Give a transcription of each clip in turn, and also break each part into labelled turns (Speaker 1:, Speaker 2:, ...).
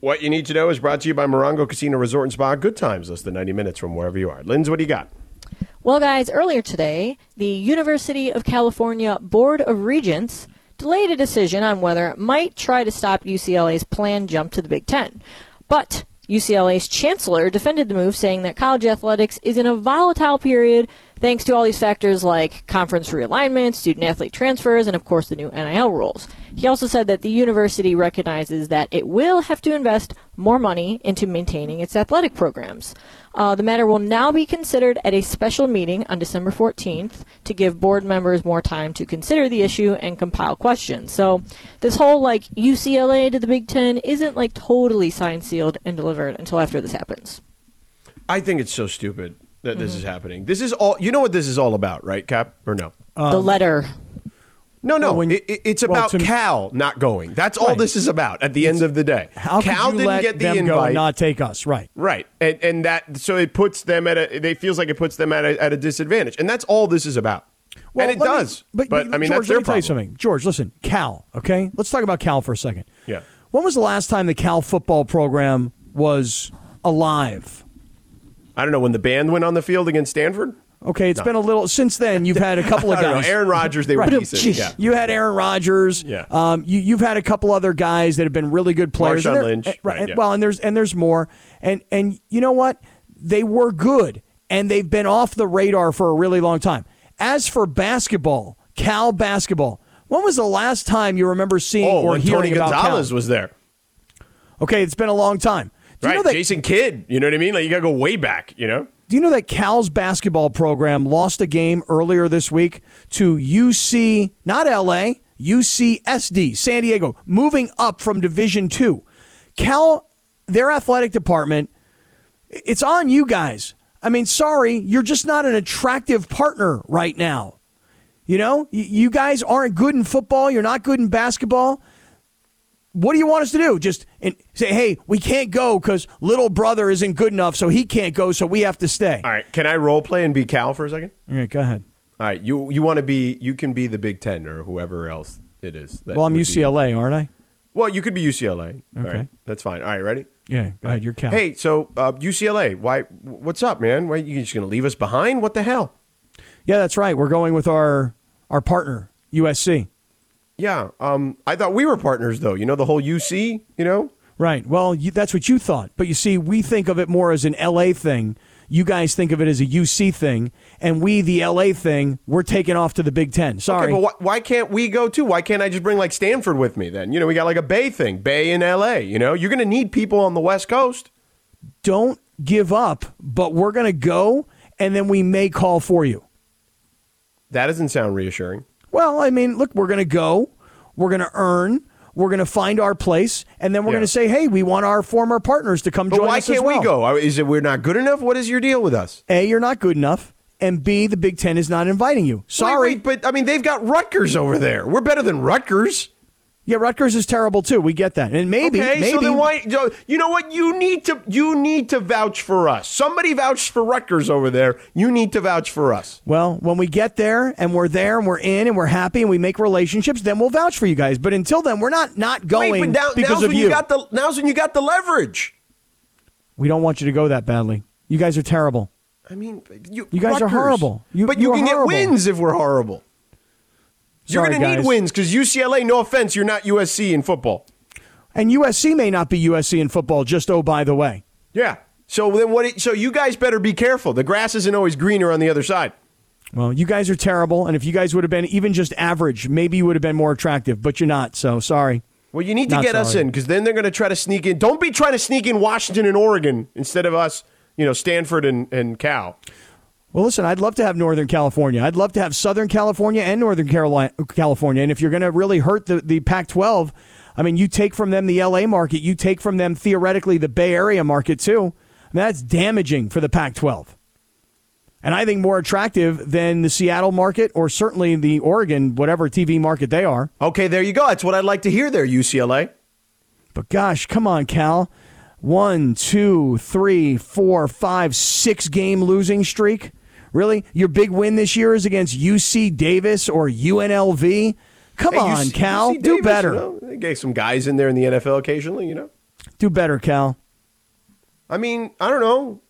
Speaker 1: What you need to know is brought to you by Morongo Casino Resort and Spa. Good times, less than 90 minutes from wherever you are. Linz, what do you got?
Speaker 2: Well, guys, earlier today, the University of California Board of Regents delayed a decision on whether it might try to stop UCLA's planned jump to the Big Ten. But UCLA's chancellor defended the move, saying that college athletics is in a volatile period thanks to all these factors like conference realignment, student athlete transfers, and of course the new NIL rules. He also said that the university recognizes that it will have to invest more money into maintaining its athletic programs. Uh, the matter will now be considered at a special meeting on December 14th to give board members more time to consider the issue and compile questions. So, this whole like UCLA to the Big Ten isn't like totally signed, sealed, and delivered until after this happens.
Speaker 1: I think it's so stupid that this is
Speaker 3: Mm-hmm.
Speaker 1: happening. This is all, you know what this is all about, right, Cap? Or no?
Speaker 2: the letter.
Speaker 1: No, no.
Speaker 3: Uh, Well, when-
Speaker 1: it, it- it's
Speaker 3: well,
Speaker 1: about
Speaker 3: to me-
Speaker 1: Cal not going. That's all this is about at the end of the day.
Speaker 3: How could
Speaker 1: Cal
Speaker 3: you
Speaker 1: didn't
Speaker 3: let
Speaker 1: get the
Speaker 3: them
Speaker 1: invite.
Speaker 3: go and not take us? Right.
Speaker 1: Right, and and that so it puts them at a. They feels like it puts them at a, at a disadvantage, and that's all this is about.
Speaker 3: Well,
Speaker 1: and it
Speaker 3: let me-
Speaker 1: does, but, I mean that's
Speaker 3: George,
Speaker 1: their
Speaker 3: let me tell you
Speaker 1: problem.
Speaker 3: something. George, listen, Cal. Okay, let's talk about Cal for a second.
Speaker 1: Yeah.
Speaker 3: When was the last time the Cal football program was alive?
Speaker 1: I don't know when the band went on the field against Stanford.
Speaker 3: Okay, it's been a little since then. You've had a couple of
Speaker 1: I don't
Speaker 3: guys.
Speaker 1: know. Aaron Rodgers, they were
Speaker 3: Right.
Speaker 1: decent. Yeah.
Speaker 3: You had Aaron Rodgers.
Speaker 1: Yeah.
Speaker 3: Um, you, you've had a couple other guys that have been really good players.
Speaker 1: Marshawn
Speaker 3: And they're-
Speaker 1: Lynch.
Speaker 3: and-
Speaker 1: Right,
Speaker 3: and-
Speaker 1: yeah.
Speaker 3: Well, and there's and there's more. And and you know what? They were good, and they've been off the radar for a really long time. As for basketball, Cal basketball. When was the last time you remember seeing
Speaker 1: Oh,
Speaker 3: or
Speaker 1: when
Speaker 3: hearing
Speaker 1: Tony
Speaker 3: about
Speaker 1: Gonzalez
Speaker 3: Cal?
Speaker 1: was there.
Speaker 3: Okay, it's been a long time. Do you
Speaker 1: Right,
Speaker 3: know that,
Speaker 1: Jason Kidd. You know what I mean? Like you got to go way back. You know.
Speaker 3: Do you know that Cal's basketball program lost a game earlier this week to UC, not LA, UCSD, San Diego, moving up from Division 2. Cal, their athletic department, it's on you guys. I mean, sorry, you're just not an attractive partner right now. You know, Y- you guys aren't good in football, you're not good in basketball what do you want us to do? Just and say, hey, we can't go because little brother isn't good enough, so he can't go, so we have to stay.
Speaker 1: All right, can I role play and be Cal for a second?
Speaker 3: All right, go ahead.
Speaker 1: All right, you you want to be you can be the Big Ten or whoever else it is. that
Speaker 3: Well, I'm
Speaker 1: would be-
Speaker 3: UCLA, aren't I?
Speaker 1: Well, you could be UCLA. All
Speaker 3: Okay.
Speaker 1: right, that's fine. All right, ready?
Speaker 3: Yeah, go ahead. You're Cal.
Speaker 1: Hey, so uh, UCLA, why? What's up, man? Why you just gonna leave us behind? What the hell?
Speaker 3: Yeah, that's right. We're going with our our partner USC.
Speaker 1: Yeah, um, I thought we were partners though. You know the whole UC. You know,
Speaker 3: Right. Well, you, that's what you thought, but you see, we think of it more as an LA thing. You guys think of it as a UC thing, and we, the LA thing, we're taking off to the Big Ten. Sorry.
Speaker 1: okay, but why, why can't we go too? Why can't I just bring like Stanford with me then? You know, we got like a Bay thing, Bay in LA. You know, you're gonna need people on the West Coast.
Speaker 3: Don't give up, but we're going to go, and then we may call for you.
Speaker 1: That doesn't sound reassuring.
Speaker 3: Well, I mean, look, we're going to go, we're going to earn, we're going to find our place, and then we're
Speaker 1: Yeah.
Speaker 3: going to say, hey, we want our former partners to come
Speaker 1: But
Speaker 3: join
Speaker 1: why
Speaker 3: us. as
Speaker 1: can't
Speaker 3: well.
Speaker 1: we go? Are- Is it we're not good enough? What is your deal with us?
Speaker 3: A, you're not good enough, and B, the Big Ten is not inviting you. Sorry.
Speaker 1: Wait, wait, but I mean they've got Rutgers over there. We're better than Rutgers.
Speaker 3: Yeah, Rutgers is terrible too. We get that, and maybe,
Speaker 1: okay,
Speaker 3: maybe
Speaker 1: so then why? yo, You know what? You need to you need to vouch for us. Somebody vouched for Rutgers over there. You need to vouch for us.
Speaker 3: Well, when we get there and we're there and we're in and we're happy and we make relationships, then we'll vouch for you guys. But until then, we're not not going
Speaker 1: Wait, but now,
Speaker 3: because
Speaker 1: now's
Speaker 3: of
Speaker 1: when
Speaker 3: you.
Speaker 1: you got the now's when you got the leverage.
Speaker 3: we don't want you to go that badly. You guys are terrible.
Speaker 1: I mean, you,
Speaker 3: You guys are
Speaker 1: Rutgers.
Speaker 3: horrible. You-
Speaker 1: but
Speaker 3: you
Speaker 1: you,
Speaker 3: are
Speaker 1: can
Speaker 3: horrible.
Speaker 1: get wins if we're horrible. You're
Speaker 3: Sorry,
Speaker 1: going to
Speaker 3: guys.
Speaker 1: need wins because UCLA. No offense, you're not USC in football.
Speaker 3: And USC may not be USC in football. Just oh, by the way.
Speaker 1: Yeah. So then what? It, so you guys better be careful. The grass isn't always greener on the other side.
Speaker 3: Well, you guys are terrible, and if you guys would have been even just average, maybe you would have been more attractive, but you're not, so sorry.
Speaker 1: Well, you need to
Speaker 3: Not
Speaker 1: get us
Speaker 3: sorry.
Speaker 1: in because then they're going to try to sneak in. Don't be trying to sneak in Washington and Oregon instead of us, you know, Stanford and, and Cal.
Speaker 3: Well, listen, I'd love to have Northern California. I'd love to have Southern California and Northern Carolina, California. And if you're going to really hurt the, the Pac 12, I mean, you take from them the LA market, you take from them theoretically the Bay Area market too. I mean, that's damaging for the Pac 12. And I think more attractive than the Seattle market or certainly the Oregon, whatever TV market they are.
Speaker 1: Okay, there you go. That's what I'd like to hear there, UCLA.
Speaker 3: But gosh, come on, Cal. One, two, three, four, five, six game losing streak. Really? Your big win this year is against UC Davis or UNLV? Come
Speaker 1: Hey,
Speaker 3: on,
Speaker 1: UC
Speaker 3: Cal.
Speaker 1: Davis,
Speaker 3: Do better.
Speaker 1: You know, they get some guys in there in the NFL occasionally, you know?
Speaker 3: Do better, Cal.
Speaker 1: I mean, I don't know.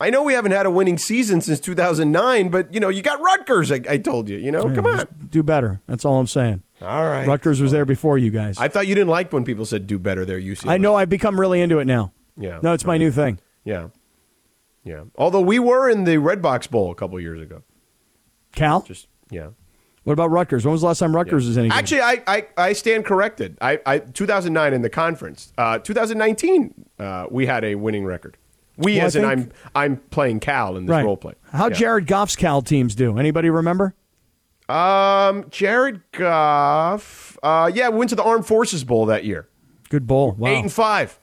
Speaker 1: I know we haven't had a winning season since 2009, but, you know, you got Rutgers, I, I told you, you know? Oh, Come on.
Speaker 3: Do better. That's all I'm saying.
Speaker 1: All right.
Speaker 3: Rutgers was there before you guys.
Speaker 1: I thought you didn't like when people said do better there, UCLA.
Speaker 3: I know I've become really into it now.
Speaker 1: Yeah.
Speaker 3: No, it's my new thing.
Speaker 1: Yeah. Yeah. Although we were in the Red Box Bowl a couple years ago.
Speaker 3: Cal,
Speaker 1: Just, yeah.
Speaker 3: what about Rutgers? When was the last time Rutgers was anything?
Speaker 1: Actually, I, I, I stand corrected. I, I 2009 in the conference. Uh, 2019, uh, we had a winning record. We
Speaker 3: Well, I
Speaker 1: as in
Speaker 3: think-
Speaker 1: I'm I'm playing Cal in this
Speaker 3: right.
Speaker 1: role play.
Speaker 3: How
Speaker 1: Yeah.
Speaker 3: Jared Goff's Cal teams do? Anybody remember?
Speaker 1: um Jared Goff? Uh, yeah, we went to the Armed Forces Bowl that year.
Speaker 3: Good bowl. Wow.
Speaker 1: Eight and five.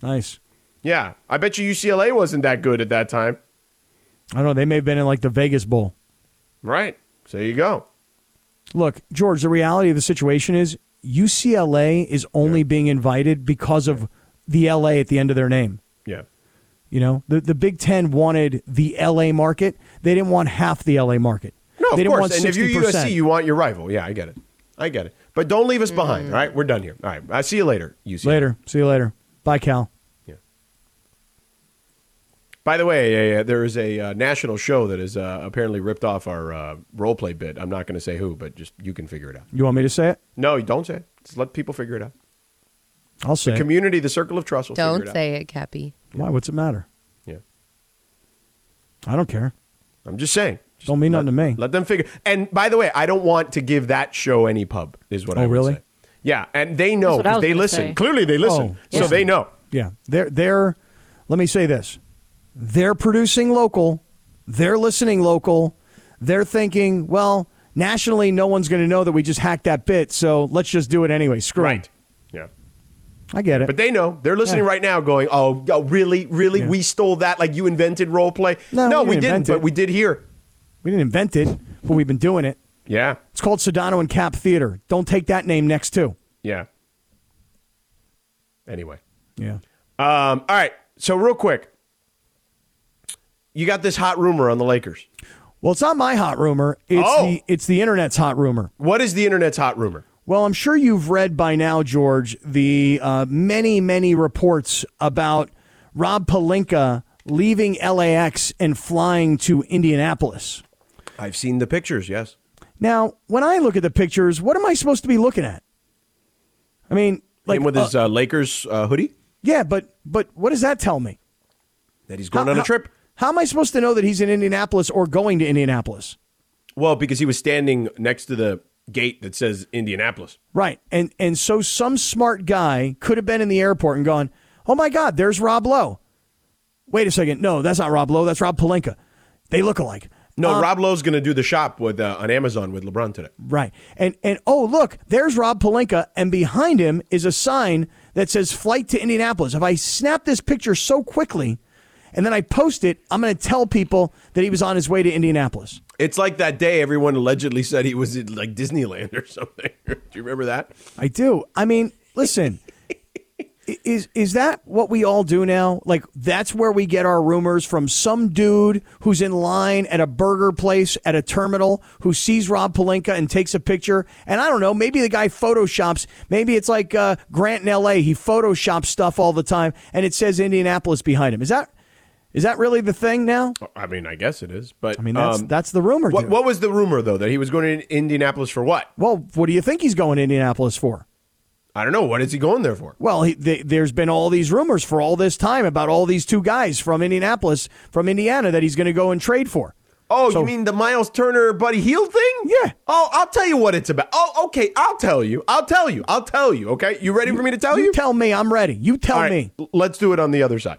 Speaker 3: nice.
Speaker 1: Yeah, I bet you UCLA wasn't that good at that time.
Speaker 3: I don't know. They may have been in like the Vegas Bowl.
Speaker 1: Right. So there you go.
Speaker 3: Look, George, the reality of the situation is UCLA is only being invited because of the LA at the end of their name.
Speaker 1: Yeah.
Speaker 3: You know, the, the Big Ten wanted the LA market. They didn't want half the LA market.
Speaker 1: No,
Speaker 3: they
Speaker 1: of
Speaker 3: didn't
Speaker 1: course.
Speaker 3: want
Speaker 1: And if
Speaker 3: 60%.
Speaker 1: you're USC, you want your rival. Yeah, I get it. I get it. But don't leave us behind. All right, we're done here. All right, I see you later. UCLA.
Speaker 3: Mm. Later. See you later. Bye, Cal.
Speaker 1: By the way, uh, there is a uh, national show that has uh, apparently ripped off our uh, role play bit. I'm not going to say who, but just you can figure it out.
Speaker 3: You want me to say it?
Speaker 1: No, you don't say it. Just let people figure it out.
Speaker 3: I'll say it.
Speaker 1: Community, the circle of trust will
Speaker 4: Don't
Speaker 1: figure it
Speaker 4: say it, Cappy.
Speaker 3: Why? What's it matter?
Speaker 1: out. Yeah,
Speaker 3: I don't care.
Speaker 1: I'm just saying. Just
Speaker 3: Don't mean
Speaker 1: let-
Speaker 3: nothing to me.
Speaker 1: Let them figure. And by the way, I don't want to give that show any pub. Is what
Speaker 3: Oh,
Speaker 1: I would
Speaker 3: really?
Speaker 1: say. Yeah, and they
Speaker 2: That's
Speaker 1: know
Speaker 2: what I
Speaker 1: 'cause
Speaker 2: was
Speaker 1: they
Speaker 2: gonna
Speaker 1: listen.
Speaker 2: say.
Speaker 1: Clearly, they listen,
Speaker 3: Oh,
Speaker 1: so
Speaker 3: yeah.
Speaker 1: they know.
Speaker 3: Yeah. They're they're let me say this. They're producing local, they're listening local, they're thinking, well, nationally no one's gonna know that we just hacked that bit, so let's just do it anyway. Screw it.
Speaker 1: Yeah.
Speaker 3: I get it.
Speaker 1: But they know. They're listening
Speaker 3: Yeah.
Speaker 1: right now going, oh, oh, really? Really? We stole that? Like you invented role play?
Speaker 3: No, we
Speaker 1: we
Speaker 3: didn't
Speaker 1: didn't,
Speaker 3: invent
Speaker 1: but
Speaker 3: it.
Speaker 1: we did here.
Speaker 3: we didn't invent it, but we've been doing it.
Speaker 1: Yeah.
Speaker 3: It's called Sedano and Cap Theater. Don't take that name next to.
Speaker 1: Yeah. Anyway.
Speaker 3: Yeah.
Speaker 1: Um, all right. So, real quick, you got this hot rumor on the Lakers.
Speaker 3: Well, it's not my hot rumor. It's
Speaker 1: Oh.
Speaker 3: the it's the internet's hot rumor.
Speaker 1: What is the internet's hot rumor?
Speaker 3: Well, I'm sure you've read by now, George, the uh, many, many reports about Rob Palinka leaving LAX and flying to Indianapolis.
Speaker 1: I've seen the pictures, yes.
Speaker 3: Now, when I look at the pictures, what am I supposed to be looking at? I mean, like,
Speaker 1: Him with
Speaker 3: uh,
Speaker 1: his uh, Lakers uh, hoodie
Speaker 3: yeah, but but what does that tell me?
Speaker 1: that he's going on a trip.
Speaker 3: How am I supposed to know that he's in Indianapolis or going to Indianapolis?
Speaker 1: Well, because he was standing next to the gate that says Indianapolis.
Speaker 3: Right. And and so some smart guy could have been in the airport and gone, "Oh my god, there's Rob Lowe." Wait a second. No, that's not Rob Lowe, that's Rob Palenka. They look alike. Um,
Speaker 1: No,
Speaker 3: Uh,
Speaker 1: Rob Lowe's going to do the shop with uh, on Amazon with LeBron today.
Speaker 3: Right. And and oh, look, there's Rob Palenka and behind him is a sign that says flight to Indianapolis. If I snap this picture so quickly and then I post it, I'm going to tell people that he was on his way to Indianapolis.
Speaker 1: It's like that day everyone allegedly said he was in like Disneyland or something. Do you remember that?
Speaker 3: I do. I mean, listen, i- is is that what we all do now? Like that's where we get our rumors from some dude who's in line at a burger place at a terminal who sees Rob Palenka and takes a picture. And I don't know, maybe the guy photoshops. Maybe it's like uh, Grant in L.A. He photoshops stuff all the time, and it says Indianapolis behind him. Is that is that really the thing now?
Speaker 1: I mean, I guess it is, but um,
Speaker 3: I mean, that's that's the rumor.
Speaker 1: What,
Speaker 3: dude.
Speaker 1: what was the rumor though that he was going to Indianapolis for? What
Speaker 3: well, what do you think he's going to Indianapolis for?
Speaker 1: I don't know. What is he going there for?
Speaker 3: Well, he, th- there's been all these rumors for all this time about all these two guys from Indianapolis, from Indiana, that he's going to go and trade for.
Speaker 1: Oh,
Speaker 3: So-
Speaker 1: you mean the Miles Turner Buddy Heel thing?
Speaker 3: Yeah.
Speaker 1: Oh, I'll tell you what it's about. Oh, okay. I'll tell you. I'll tell you. I'll tell you. Okay. You ready for me to tell you?
Speaker 3: You tell me, I'm ready. You tell
Speaker 1: All right,
Speaker 3: me.
Speaker 1: l- Let's do it on the other side.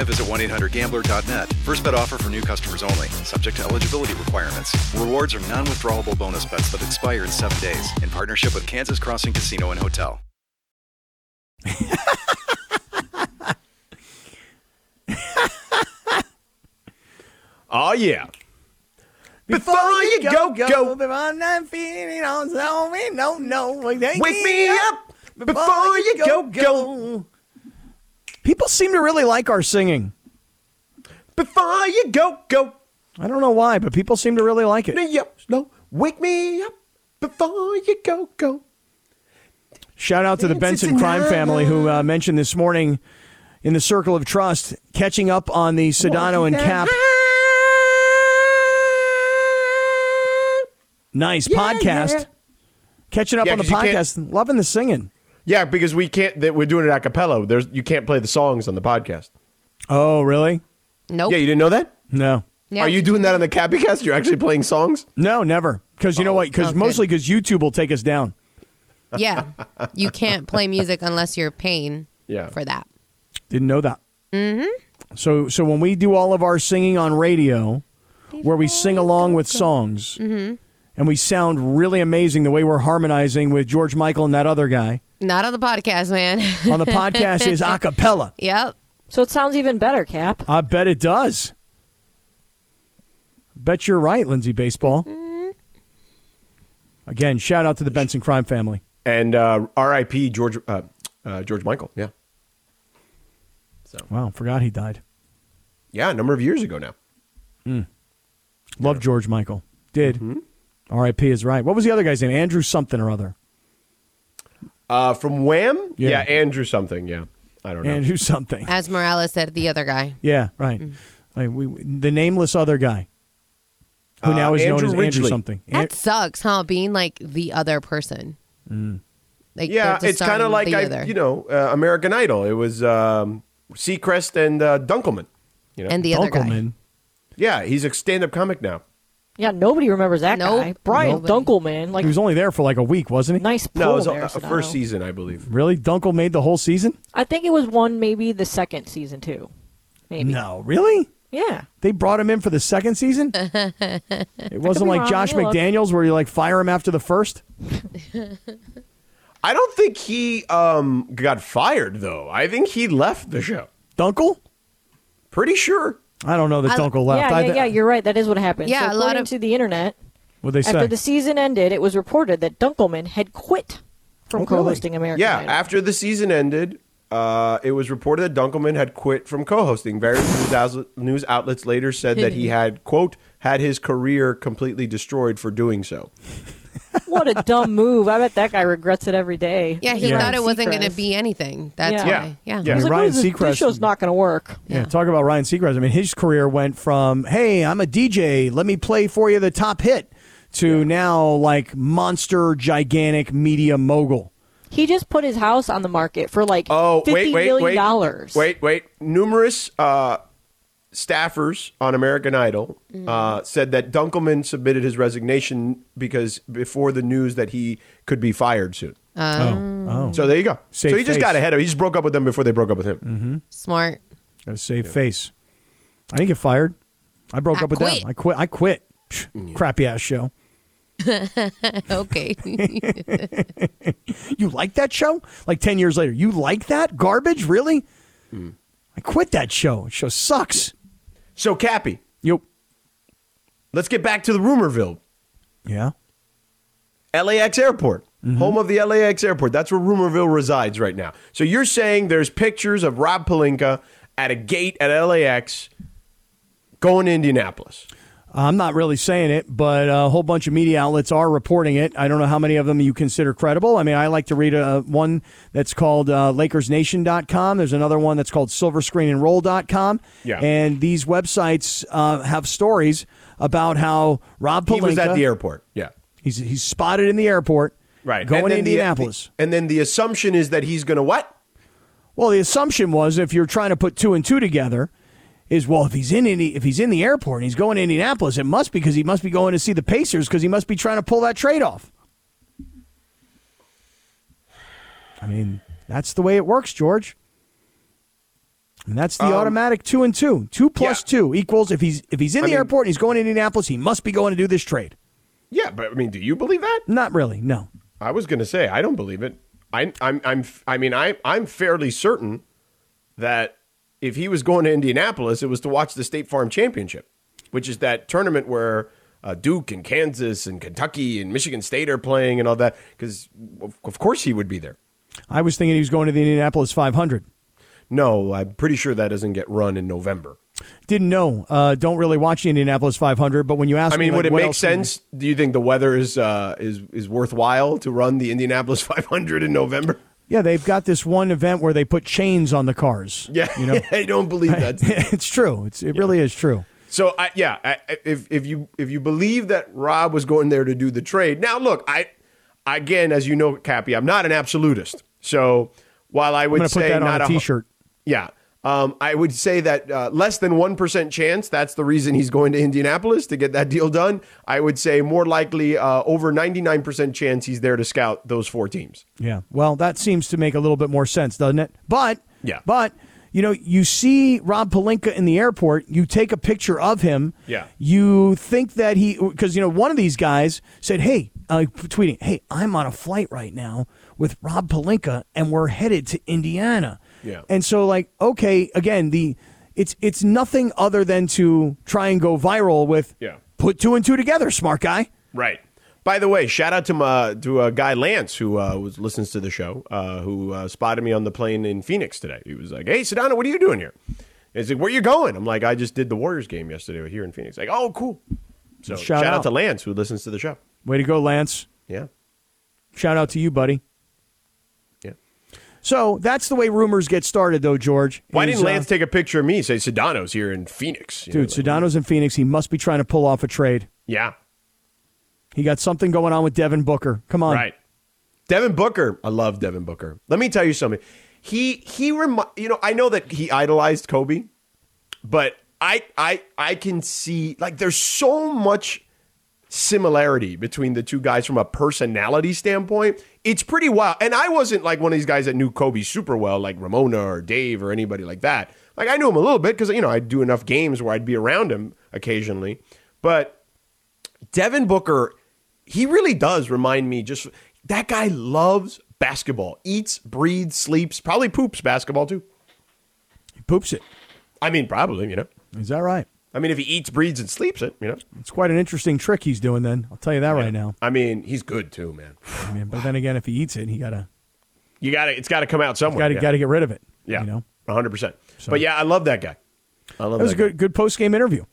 Speaker 4: visit 1 800 Gambler.net. First bet offer for new customers only, subject to eligibility requirements. Rewards are non withdrawable bonus bets that expire in seven days in partnership with Kansas Crossing Casino and Hotel.
Speaker 1: Oh yeah. Before, you go, go,
Speaker 3: I'm feeling on so we don't know.
Speaker 1: wake me up before, you go, go,
Speaker 3: People seem to really like our singing.
Speaker 1: Before you go, go.
Speaker 3: I don't know why, but people seem to really like it.
Speaker 1: No, yep, no. Wake me up before you go, go.
Speaker 3: Shout out to the Benson crime family who uh, mentioned this morning in the Circle of Trust catching up on the Sedano and Cap. Nice podcast. Catching up
Speaker 1: Yeah,
Speaker 3: on the
Speaker 1: 'cause you can't-
Speaker 3: podcast. Loving the singing.
Speaker 1: Yeah, because we can't. That we're doing it a cappella. There's you can't play the songs on the podcast.
Speaker 3: Oh, really?
Speaker 5: Nope.
Speaker 3: Oh.
Speaker 1: Yeah, you didn't know that.
Speaker 3: No.
Speaker 5: No.
Speaker 1: Are you doing that on the Cappycast? You're actually playing songs.
Speaker 3: No, never. Because you know what? Because
Speaker 5: oh, good.
Speaker 3: mostly because YouTube will take us down.
Speaker 5: yeah. You can't play music unless you're paying
Speaker 1: Yeah.
Speaker 5: for that.
Speaker 3: Didn't know that. Mm-hmm. So, so when we do all of our singing on radio, where we Mm-hmm. sing along with songs, and we sound really amazing the way we're harmonizing with George Michael and that other guy
Speaker 5: Not on the podcast, man.
Speaker 3: on the podcast is a cappella.
Speaker 5: yep.
Speaker 2: So it sounds even better, Cap.
Speaker 3: I bet it does. Bet you're right, Lindsay Baseball.
Speaker 1: Mm-hmm.
Speaker 3: Again, shout out to the Benson crime family.
Speaker 1: And uh, R.I.P. George uh, uh, George Michael. Yeah,
Speaker 3: Wow, forgot he died.
Speaker 1: yeah, a number of years ago now.
Speaker 3: Love George Michael. Did.
Speaker 1: Mm-hmm.
Speaker 3: R.I.P. is right. What was the other guy's name? Andrew something or other.
Speaker 1: Uh, from Wham.
Speaker 3: Yeah.
Speaker 1: Yeah. Andrew something. Yeah, I don't know.
Speaker 3: Andrew something.
Speaker 5: As Morales said, the other guy.
Speaker 3: Yeah, right. Like, we, the nameless other guy, who
Speaker 1: Uh,
Speaker 3: now is known
Speaker 1: Andrew
Speaker 3: as Andrew
Speaker 1: Ridgely.
Speaker 3: something. An-
Speaker 5: That sucks, huh? Being like the other person. Like
Speaker 1: Mm. yeah,
Speaker 5: they're just
Speaker 1: it's kind
Speaker 5: starting
Speaker 1: of
Speaker 5: with
Speaker 1: like
Speaker 5: the
Speaker 1: I,
Speaker 5: other.
Speaker 1: you know, uh, American Idol. It was um, Seacrest and uh, Dunkelman. You know,
Speaker 5: and the other guy.
Speaker 3: Dunkelman.
Speaker 1: yeah, he's a stand-up comic now.
Speaker 2: Yeah, nobody remembers that
Speaker 5: Nope.
Speaker 2: guy. Brian
Speaker 5: Nobody.
Speaker 2: Dunkelman, like
Speaker 3: He was only there for like a week, wasn't he?
Speaker 2: nice pull
Speaker 1: No, it was
Speaker 2: there,
Speaker 1: a, a
Speaker 2: Sedano.
Speaker 1: first season, I believe.
Speaker 3: Really? Dunkel made the whole season?
Speaker 2: I think it was one, maybe the second season too. Maybe.
Speaker 3: No, really?
Speaker 2: Yeah.
Speaker 3: They brought him in for the second season? it wasn't like
Speaker 2: wrong.
Speaker 3: Josh
Speaker 2: Let me look.
Speaker 3: McDaniels where you like fire him after the first?
Speaker 1: I don't think he um, got fired though. I think he left the show.
Speaker 3: Dunkel?
Speaker 1: Pretty sure.
Speaker 3: I don't know that Dunkel left.
Speaker 2: Yeah,
Speaker 3: I,
Speaker 2: yeah, yeah, you're right. That is what happened.
Speaker 5: Yeah,
Speaker 2: so
Speaker 5: a lot
Speaker 2: according
Speaker 5: of-
Speaker 2: to the internet,
Speaker 3: What they
Speaker 2: after
Speaker 3: say?
Speaker 2: the season ended, it was reported that Dunkelman had quit from co-hosting American
Speaker 1: Oh, yeah,
Speaker 2: Idol.
Speaker 1: after the season ended, uh, it was reported that Dunkelman had quit from co-hosting. Various news, outlets, news outlets later said that he had quote had his career completely destroyed for doing so.
Speaker 2: what a dumb move! I bet that guy regrets it every day.
Speaker 5: Yeah, he
Speaker 3: Yeah.
Speaker 5: thought it wasn't going to
Speaker 2: Seacrest.
Speaker 5: be anything. That's
Speaker 2: Yeah.
Speaker 5: why. Yeah.
Speaker 1: Yeah.
Speaker 3: I
Speaker 1: Yeah.
Speaker 3: mean,
Speaker 2: It's like,
Speaker 3: Ryan
Speaker 2: what is this,
Speaker 3: Seacrest-
Speaker 2: this show's not going to work.
Speaker 3: Yeah, talk about Ryan Seacrest. I mean, his career went from "Hey, I'm a DJ, let me play for you the top hit" to now like monster, gigantic media mogul.
Speaker 2: He just put his house on the market for like
Speaker 1: Oh,
Speaker 2: fifty million
Speaker 1: wait, wait, wait.
Speaker 2: dollars.
Speaker 1: Wait, wait. Numerous uh, staffers on American Idol
Speaker 2: Mm.
Speaker 1: uh, said that Dunkelman submitted his resignation because before the news that he could be fired soon.
Speaker 3: oh, oh,
Speaker 1: So there you go.
Speaker 3: Save
Speaker 1: so he just
Speaker 3: face. Mm-hmm.
Speaker 1: got ahead of. He just broke up with them before they broke up with him.
Speaker 5: Smart.
Speaker 3: gotta save face. I didn't get fired. I broke
Speaker 5: I
Speaker 3: up with
Speaker 5: quit.
Speaker 3: them. I quit. I quit. Crappy ass show.
Speaker 5: Okay.
Speaker 3: You like that show? Like 10 years later, you like that? Garbage? Really? I quit that show. The show sucks.
Speaker 1: So, Cappy,
Speaker 3: Yep.
Speaker 1: let's get back to the Rumorville.
Speaker 3: Yeah.
Speaker 1: LAX Airport, home of the LAX Airport. That's where Rumorville resides right now. So you're saying there's pictures of Rob Palinka at a gate at LAX going to Indianapolis.
Speaker 3: I'm not really saying it, but uh, a whole bunch of media outlets are reporting it. I don't know how many of them you consider credible. I mean, I like to read a, one that's called uh, LakersNation.com. There's another one that's called SilverScreenAndRoll.com.
Speaker 1: Yeah.
Speaker 3: And these websites uh, have stories about how Rob Palinka,
Speaker 1: He was at the airport. Yeah.
Speaker 3: He's, he's spotted in the airport going
Speaker 1: And
Speaker 3: to
Speaker 1: then the-
Speaker 3: Indianapolis.
Speaker 1: the- and then the assumption is that he's going to what?
Speaker 3: Well, the assumption was if you're trying to put two and two together, is well if he's in Indi- if he's in the airport and he's going to Indianapolis, it must be because he must be going to see the Pacers because he must be trying to pull that trade off. I mean, that's the way it works, George. And that's the automatic two and two. Two plus
Speaker 1: Um, yeah.
Speaker 3: two equals if he's if he's in the
Speaker 1: mean-
Speaker 3: airport and he's going to Indianapolis, he must be going to do this trade.
Speaker 1: Yeah, but I mean, do you believe that?
Speaker 3: Not really, no.
Speaker 1: I was going to say I don't believe it. I, I'm, I'm, I mean, I, I'm fairly certain that if he was going to Indianapolis, it was to watch the State Farm Championship, which is that tournament where uh, Duke and Kansas and Kentucky and Michigan State are playing and all that. Because of, of course he would be there.
Speaker 3: I was thinking he was going to the Indianapolis 500.
Speaker 1: No, I'm pretty sure that doesn't get run in November.
Speaker 3: Didn't know. Uh, don't really watch the Indianapolis 500, but when you ask,
Speaker 1: I
Speaker 3: me,
Speaker 1: mean,
Speaker 3: like,
Speaker 1: would it
Speaker 3: what
Speaker 1: make
Speaker 3: else can-
Speaker 1: sense? Do you think the weather is uh, is is worthwhile to run the Indianapolis 500 in November?
Speaker 3: Yeah, they've got this one event where they put chains on the cars.
Speaker 1: Yeah, you know, I don't believe that's
Speaker 3: it's true. It's it really is true.
Speaker 1: So I, yeah, I, I- if if you if you believe that Rob was going there to do the trade, now look, I again, as you know, Cappy, I'm not an absolutist. So while I
Speaker 3: I'm
Speaker 1: would
Speaker 3: gonna
Speaker 1: say
Speaker 3: put that
Speaker 1: not
Speaker 3: on a
Speaker 1: hu-
Speaker 3: T-shirt.
Speaker 1: yeah, um, I would say that uh, less than one percent chance that's the reason he's going to Indianapolis to get that deal done. I would say more likely uh, over 99 percent chance he's there to scout those four teams.
Speaker 3: Yeah. Well, that seems to make a little bit more sense, doesn't it? But
Speaker 1: Yeah.
Speaker 3: But you know, you see Rob Palinka in the airport. You take a picture of him.
Speaker 1: Yeah.
Speaker 3: You think that he because you know one of these guys said, "Hey," uh, tweeting, "Hey, I'm on a flight right now with Rob Palinka, and we're headed to Indiana."
Speaker 1: Yeah.
Speaker 3: And so like, okay, again, the it's it's nothing other than to try and go viral with
Speaker 1: Yeah.
Speaker 3: put two and two together, smart guy.
Speaker 1: Right. By the way, shout out to my to a guy Lance who uh, was, listens to the show, uh, who uh, spotted me on the plane in Phoenix today. He was like, "Hey, Sedano, what are you doing here?" And he's like, "Where you going?" I'm like, "I just did the Warriors game yesterday here in Phoenix." Like, "Oh, cool." So shout,
Speaker 3: Shout
Speaker 1: out.
Speaker 3: out.
Speaker 1: to Lance who listens to the show.
Speaker 3: Way to go, Lance.
Speaker 1: Yeah,
Speaker 3: Shout out to you, buddy.
Speaker 1: yeah.
Speaker 3: So that's the way rumors get started, though, George.
Speaker 1: Why
Speaker 3: is,
Speaker 1: didn't Lance
Speaker 3: uh,
Speaker 1: take a picture of me? and Say, "Sedano's here in Phoenix." You know,
Speaker 3: dude,
Speaker 1: like,
Speaker 3: Sedano's in Phoenix. He must be trying to pull off a trade.
Speaker 1: yeah,
Speaker 3: He got something going on with Devin Booker. Come on.
Speaker 1: Right. Devin Booker. I love Devin Booker. Let me tell you something. He he remi- you know, I know that he idolized Kobe, but I I I can see like there's so much similarity between the two guys from a personality standpoint. It's pretty wild. And I wasn't like one of these guys that knew Kobe super well, like Ramona or Dave or anybody like that. Like I knew him a little bit because you know I'd do enough games where I'd be around him occasionally. But Devin Booker, he really does remind me just that guy loves basketball, eats, breathes, sleeps, probably poops basketball too.
Speaker 3: He poops it.
Speaker 1: I mean, probably, you know.
Speaker 3: Is that right?
Speaker 1: I mean, if he eats, breathes, and sleeps it, you know.
Speaker 3: It's quite an interesting trick he's doing. Then I'll tell you that right now.
Speaker 1: I mean, he's good too, man.
Speaker 3: I mean, but then again, if he eats it, he gotta
Speaker 1: You got to, it's got to come out somewhere.
Speaker 3: gotta
Speaker 1: Oh, yeah.
Speaker 3: gotta get rid of it.
Speaker 1: yeah,
Speaker 3: You know.
Speaker 1: 100%. But yeah, I love that guy. I love
Speaker 3: That was a
Speaker 1: guy.
Speaker 3: good good post game interview.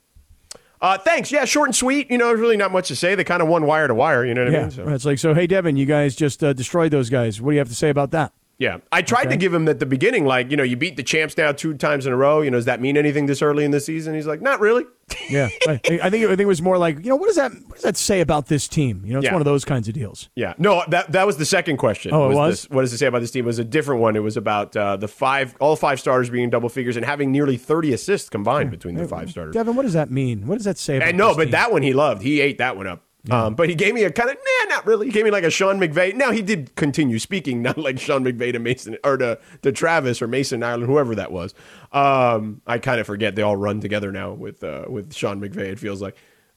Speaker 1: Uh, thanks. Yeah, short and sweet. You know, there's really not much to say. They kind of won wire to wire. You know what I
Speaker 3: Yeah.
Speaker 1: mean? So-
Speaker 3: Right. It's like so. Hey, Devin, you guys just uh, destroyed those guys. What do you have to say about that?
Speaker 1: Yeah, I tried to give him at the beginning, like you know, you beat the champs now two times in a row. You know, does that mean anything this early in the season? He's like, not really.
Speaker 3: Yeah. right. I I think it- I think it was more like you know what does that what does that say about this team? You know, it's
Speaker 1: Yeah.
Speaker 3: one of those kinds of deals.
Speaker 1: Yeah, no, that that was the second question.
Speaker 3: Oh, it was?
Speaker 1: this- what does it say about this team? It was a different one. It was about uh, the five, all five starters being double figures and having nearly thirty assists
Speaker 3: Hmm.
Speaker 1: combined between the five starters.
Speaker 3: Devin, what does that mean? What does that say? About
Speaker 1: And no,
Speaker 3: this
Speaker 1: but
Speaker 3: team?
Speaker 1: that one he loved. He ate that one up. Um, but he gave me a kind of nah, not really. He gave me like a Sean McVay. Now he did continue speaking, not like Sean McVay to Mason or to, to Travis or Mason Ireland, whoever that was. Um, I kind of forget they all run together now with uh, with Sean McVay. It feels like,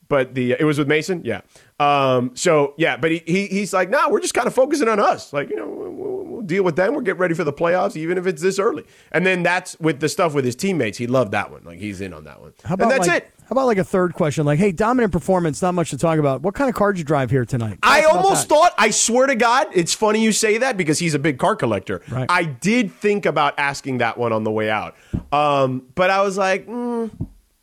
Speaker 1: But the it was with Mason, yeah. Um, so yeah, but he, he he's like, nah, we're just kind of focusing on us. Like you know, we'll, we'll- we'll deal with them. We'll get ready for the playoffs, even if it's this early. And then that's with the stuff with his teammates. He loved that one. Like he's in on that one.
Speaker 3: How about
Speaker 1: and that's
Speaker 3: like,
Speaker 1: it.
Speaker 3: How about like a third question? Like, hey, dominant performance, not much to talk about. What kind of car did you drive here tonight? Tell
Speaker 1: I
Speaker 3: us about
Speaker 1: almost
Speaker 3: that.
Speaker 1: thought, I swear to God, it's funny you say that because he's a big car collector.
Speaker 3: Right.
Speaker 1: I did think about asking that one on the way out. Um, but I was like, mm,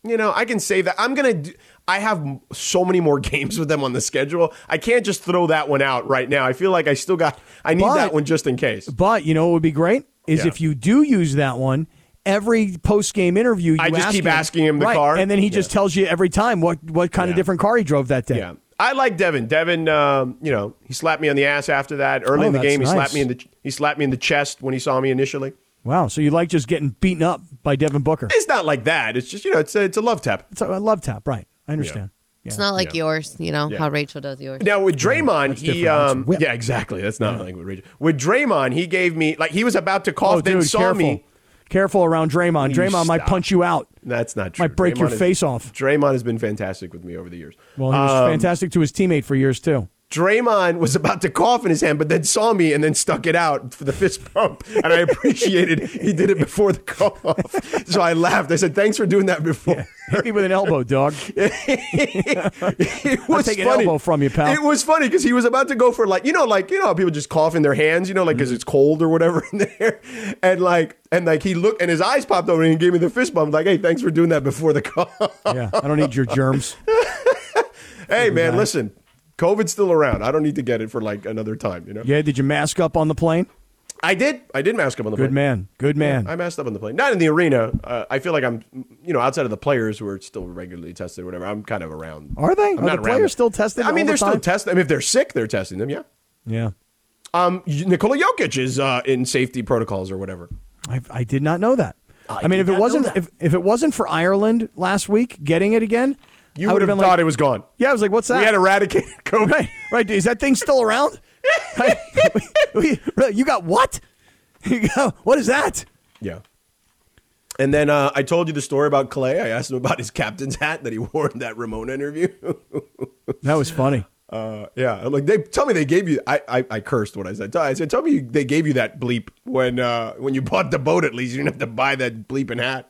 Speaker 1: you know, I can save that. I'm going to, I have m- so many more games with them on the schedule. I can't just throw that one out right now. I feel like I still got, I need
Speaker 3: But-
Speaker 1: that one just in case.
Speaker 3: But you know what would be great is
Speaker 1: Yeah.
Speaker 3: if you do use that one. Every post game interview, you
Speaker 1: I just
Speaker 3: ask
Speaker 1: keep asking him the
Speaker 3: Right,
Speaker 1: car.
Speaker 3: and then he just tells you every time what what kind of
Speaker 1: Yeah.
Speaker 3: different car he drove that day.
Speaker 1: Yeah. I like Devin. Devin, um, you know, he slapped me on the ass after that. Early
Speaker 3: Oh,
Speaker 1: in the
Speaker 3: that's
Speaker 1: game, he
Speaker 3: nice.
Speaker 1: slapped me in the he slapped me in the chest when he saw me initially.
Speaker 3: Wow, so you like just getting beaten up by Devin Booker?
Speaker 1: It's not like that. It's just you know, it's a, it's a love tap.
Speaker 3: It's a love tap, right? I understand. Yeah.
Speaker 5: It's not like yours, you know,
Speaker 1: Yeah.
Speaker 5: how Rachel does yours.
Speaker 1: Now with Draymond, he
Speaker 3: different. That's a
Speaker 1: um,
Speaker 3: whip.
Speaker 1: yeah, exactly. That's not like with Rachel. With Draymond, he gave me like he was about to cough, then saw
Speaker 3: Oh, careful.
Speaker 1: me.
Speaker 3: Careful around Draymond.
Speaker 1: Will you
Speaker 3: Draymond might
Speaker 1: stop?
Speaker 3: punch you out.
Speaker 1: That's not true.
Speaker 3: Might break your
Speaker 1: Draymond is-
Speaker 3: face off.
Speaker 1: Draymond has been fantastic with me over the years.
Speaker 3: Well, he was
Speaker 1: Um,
Speaker 3: fantastic to his teammate for years too.
Speaker 1: Draymond was about to cough in his hand, but then saw me and then stuck it out for the fist pump. And I appreciated he did it before the cough. So I laughed. I said, "Thanks for doing that before."
Speaker 3: Hit me with an elbow, dog.
Speaker 1: it was
Speaker 3: take an
Speaker 1: funny.
Speaker 3: elbow from you, pal.
Speaker 1: It was funny because he was about to go for like you know like you know how people just cough in their hands you know like
Speaker 3: Mm-hmm.
Speaker 1: because it's cold or whatever in there, and like and like he looked and his eyes popped open and he gave me the fist bump like hey thanks for doing that before the cough.
Speaker 3: Yeah, I don't need your germs.
Speaker 1: hey man, listen, COVID's still around. I don't need to get it for like another time. You know,
Speaker 3: Yeah, did you mask up on the plane?
Speaker 1: I did. I did mask up on the
Speaker 3: Good
Speaker 1: plane.
Speaker 3: man. Good man.
Speaker 1: I messed up on the plane, not in the arena. Uh, I feel like I'm, you know, outside of the players who are still regularly tested or whatever. I'm kind of around.
Speaker 3: Are they?
Speaker 1: I'm
Speaker 3: Are
Speaker 1: not
Speaker 3: the
Speaker 1: around
Speaker 3: players
Speaker 1: them.
Speaker 3: still tested
Speaker 1: I mean,
Speaker 3: all
Speaker 1: they're
Speaker 3: the
Speaker 1: still
Speaker 3: time?
Speaker 1: testing. I mean, if they're sick, they're testing them. Yeah.
Speaker 3: yeah.
Speaker 1: Um, Nikola Jokic is uh, in safety protocols or whatever.
Speaker 3: I, I did not know that. I, mean,
Speaker 1: did
Speaker 3: if it
Speaker 1: not know
Speaker 3: wasn't
Speaker 1: that.
Speaker 3: if, if it wasn't for Ireland last week getting it again,
Speaker 1: You
Speaker 3: I
Speaker 1: would have
Speaker 3: been
Speaker 1: thought
Speaker 3: like,
Speaker 1: it was gone.
Speaker 3: Yeah, I was like, what's that?
Speaker 1: We had eradicated COVID.
Speaker 3: Right, right. Is that thing still around? Right? We- we- you got what? You got, what is that?
Speaker 1: Yeah. And then uh, I told you the story about Clay. I asked him about his captain's hat that he wore in that Ramona interview.
Speaker 3: That was funny.
Speaker 1: Uh, yeah, I'm like they tell me they gave you. I, I I cursed when I said. I said tell me you, they gave you that bleep when uh when you bought the boat. At least you didn't have to buy that bleeping hat.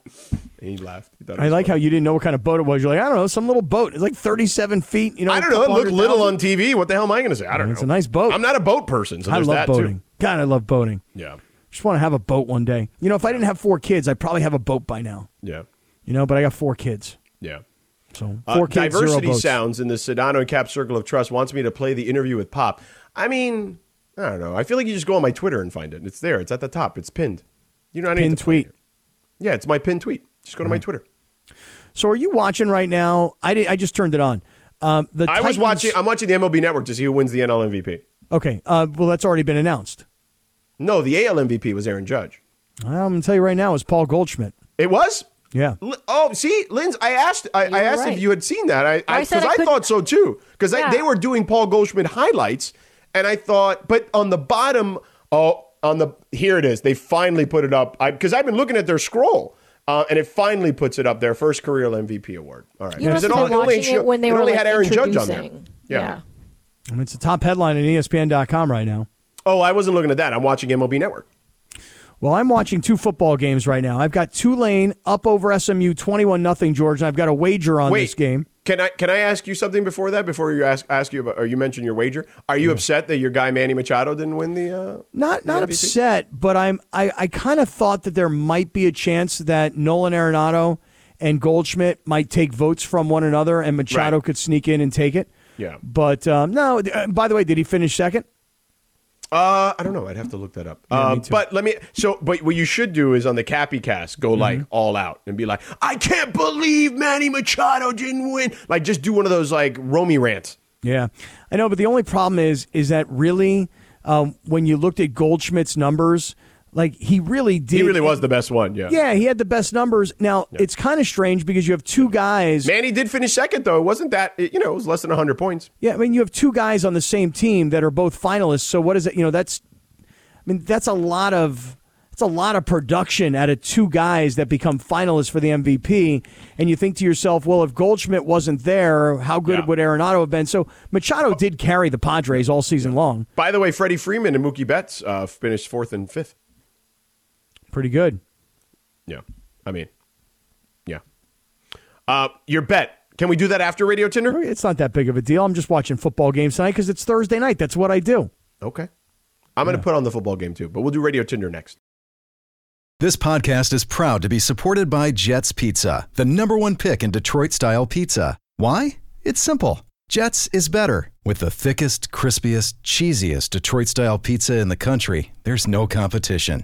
Speaker 1: And he laughed. He thought it
Speaker 3: I
Speaker 1: was
Speaker 3: like how
Speaker 1: funny.
Speaker 3: you didn't know what kind of boat it was. You're like, I don't know, some little boat. It's like 37 feet. You know,
Speaker 1: I
Speaker 3: a
Speaker 1: don't know. It
Speaker 3: couple
Speaker 1: looked
Speaker 3: hundred
Speaker 1: little
Speaker 3: thousand.
Speaker 1: on TV. What the hell am I going to say? I don't know.
Speaker 3: It's a nice boat.
Speaker 1: I'm not a boat person, so
Speaker 3: I
Speaker 1: there's
Speaker 3: love
Speaker 1: that
Speaker 3: boating.
Speaker 1: too.
Speaker 3: God, I love boating.
Speaker 1: Yeah,
Speaker 3: Just want to have a boat one day. You know, if I didn't have four kids, I'd probably have a boat by now.
Speaker 1: yeah,
Speaker 3: You know, but I got four kids,
Speaker 1: yeah.
Speaker 3: so
Speaker 1: Uh,
Speaker 3: four kids, zero
Speaker 1: diversity
Speaker 3: boats.
Speaker 1: sounds in the Sedano and Cap Circle of Trust wants me to play the interview with Pop. I mean, I don't know. I feel like you just go on my Twitter and find it. It's there. It's at the top. It's pinned. You know, I don't
Speaker 3: Pin
Speaker 1: need to find
Speaker 3: tweet.
Speaker 1: it. Yeah, it's my pinned tweet. Just go to my Twitter.
Speaker 3: So, are you watching right now? I did, I just turned it on. Um, the
Speaker 1: I was
Speaker 3: Titans-
Speaker 1: watching. I'm watching the MLB Network to see who wins the NL MVP.
Speaker 3: okay, uh, well, that's already been announced.
Speaker 1: No, the AL MVP was Aaron Judge.
Speaker 3: I'm gonna tell you right now, it's Paul Goldschmidt.
Speaker 1: It was.
Speaker 3: Yeah.
Speaker 1: L- Oh, see, Linz, I asked. I, I
Speaker 2: were
Speaker 1: asked
Speaker 2: right.
Speaker 1: if you had seen that. I
Speaker 2: I
Speaker 1: because
Speaker 2: said I
Speaker 1: I,
Speaker 2: couldn't-
Speaker 1: thought so too. Because
Speaker 2: Yeah.
Speaker 1: they were doing Paul Goldschmidt highlights, and I thought, but on the bottom, oh, on the here it is. They finally put it up. Because I've been looking at their scroll. Uh, and it finally puts it up there. First career MVP award. All right.
Speaker 2: You must
Speaker 1: Because
Speaker 2: have
Speaker 1: only-
Speaker 2: been
Speaker 1: only
Speaker 2: watching
Speaker 1: show-
Speaker 2: it when they
Speaker 1: it
Speaker 2: were
Speaker 1: only
Speaker 2: like,
Speaker 1: had Aaron Judge on there.
Speaker 2: introducing.
Speaker 1: yeah.
Speaker 2: Yeah.
Speaker 3: I mean, it's a top headline E at ESPN.com right now.
Speaker 1: Oh, I wasn't looking at that. I'm watching MLB Network.
Speaker 3: Well, I'm watching two football games right now. I've got Tulane up over SMU 21 nothing, George, and I've got a wager on this game.
Speaker 1: Can I can I ask you something before that? Before you ask ask you about or you mentioned your wager, are you upset that your guy Manny Machado didn't win the? Uh,
Speaker 3: Not not
Speaker 1: MVP?
Speaker 3: upset, but I'm I, I kind of thought that there might be a chance that Nolan Arenado and Goldschmidt might take votes from one another and Machado
Speaker 1: Right.
Speaker 3: could sneak in and take it.
Speaker 1: Yeah.
Speaker 3: But um, no, uh, by the way, did he finish second?
Speaker 1: uh, I don't know. I'd have to look that up. Uh, but let me. So, but what you should do is on the Cappy Cast, go
Speaker 3: Mm-hmm.
Speaker 1: like all out and be like, I can't believe Manny Machado didn't win. Like, just do one of those like Romy rants.
Speaker 3: Yeah, I know, but the only problem is, is that really, um, when you looked at Goldschmidt's numbers, like he really did.
Speaker 1: He really was the best one. Yeah.
Speaker 3: Yeah, he had the best numbers. Now it's kind of strange because you have two guys.
Speaker 1: Manny did finish second though. It wasn't that. It, you know, it was less than hundred points.
Speaker 3: Yeah, I mean you have two guys on the same team that are both finalists. So what is it? You know, that's. I mean, that's a lot of. It's That's a lot of production out of two guys that become finalists for the MVP. And you think to yourself, well, if Goldschmidt wasn't there, how good
Speaker 1: Yeah. Oh.
Speaker 3: would Arenado have been? So Machado did carry the Padres all season long.
Speaker 1: By the way, Freddie Freeman and Mookie Betts uh, finished fourth and fifth.
Speaker 3: Pretty good.
Speaker 1: Yeah. I mean, yeah. Uh, your bet. Can we do that after Radio Tinder?
Speaker 3: It's not that big of a deal. I'm just watching football games tonight because it's Thursday night. That's what I do.
Speaker 1: Okay. I'm going to put on the football game too, but we'll do Radio Tinder next.
Speaker 4: This podcast is proud to be supported by Jets Pizza, the number one pick in Detroit style pizza. Why? It's simple. Jets is better. With the thickest, crispiest, cheesiest Detroit style pizza in the country, there's no competition.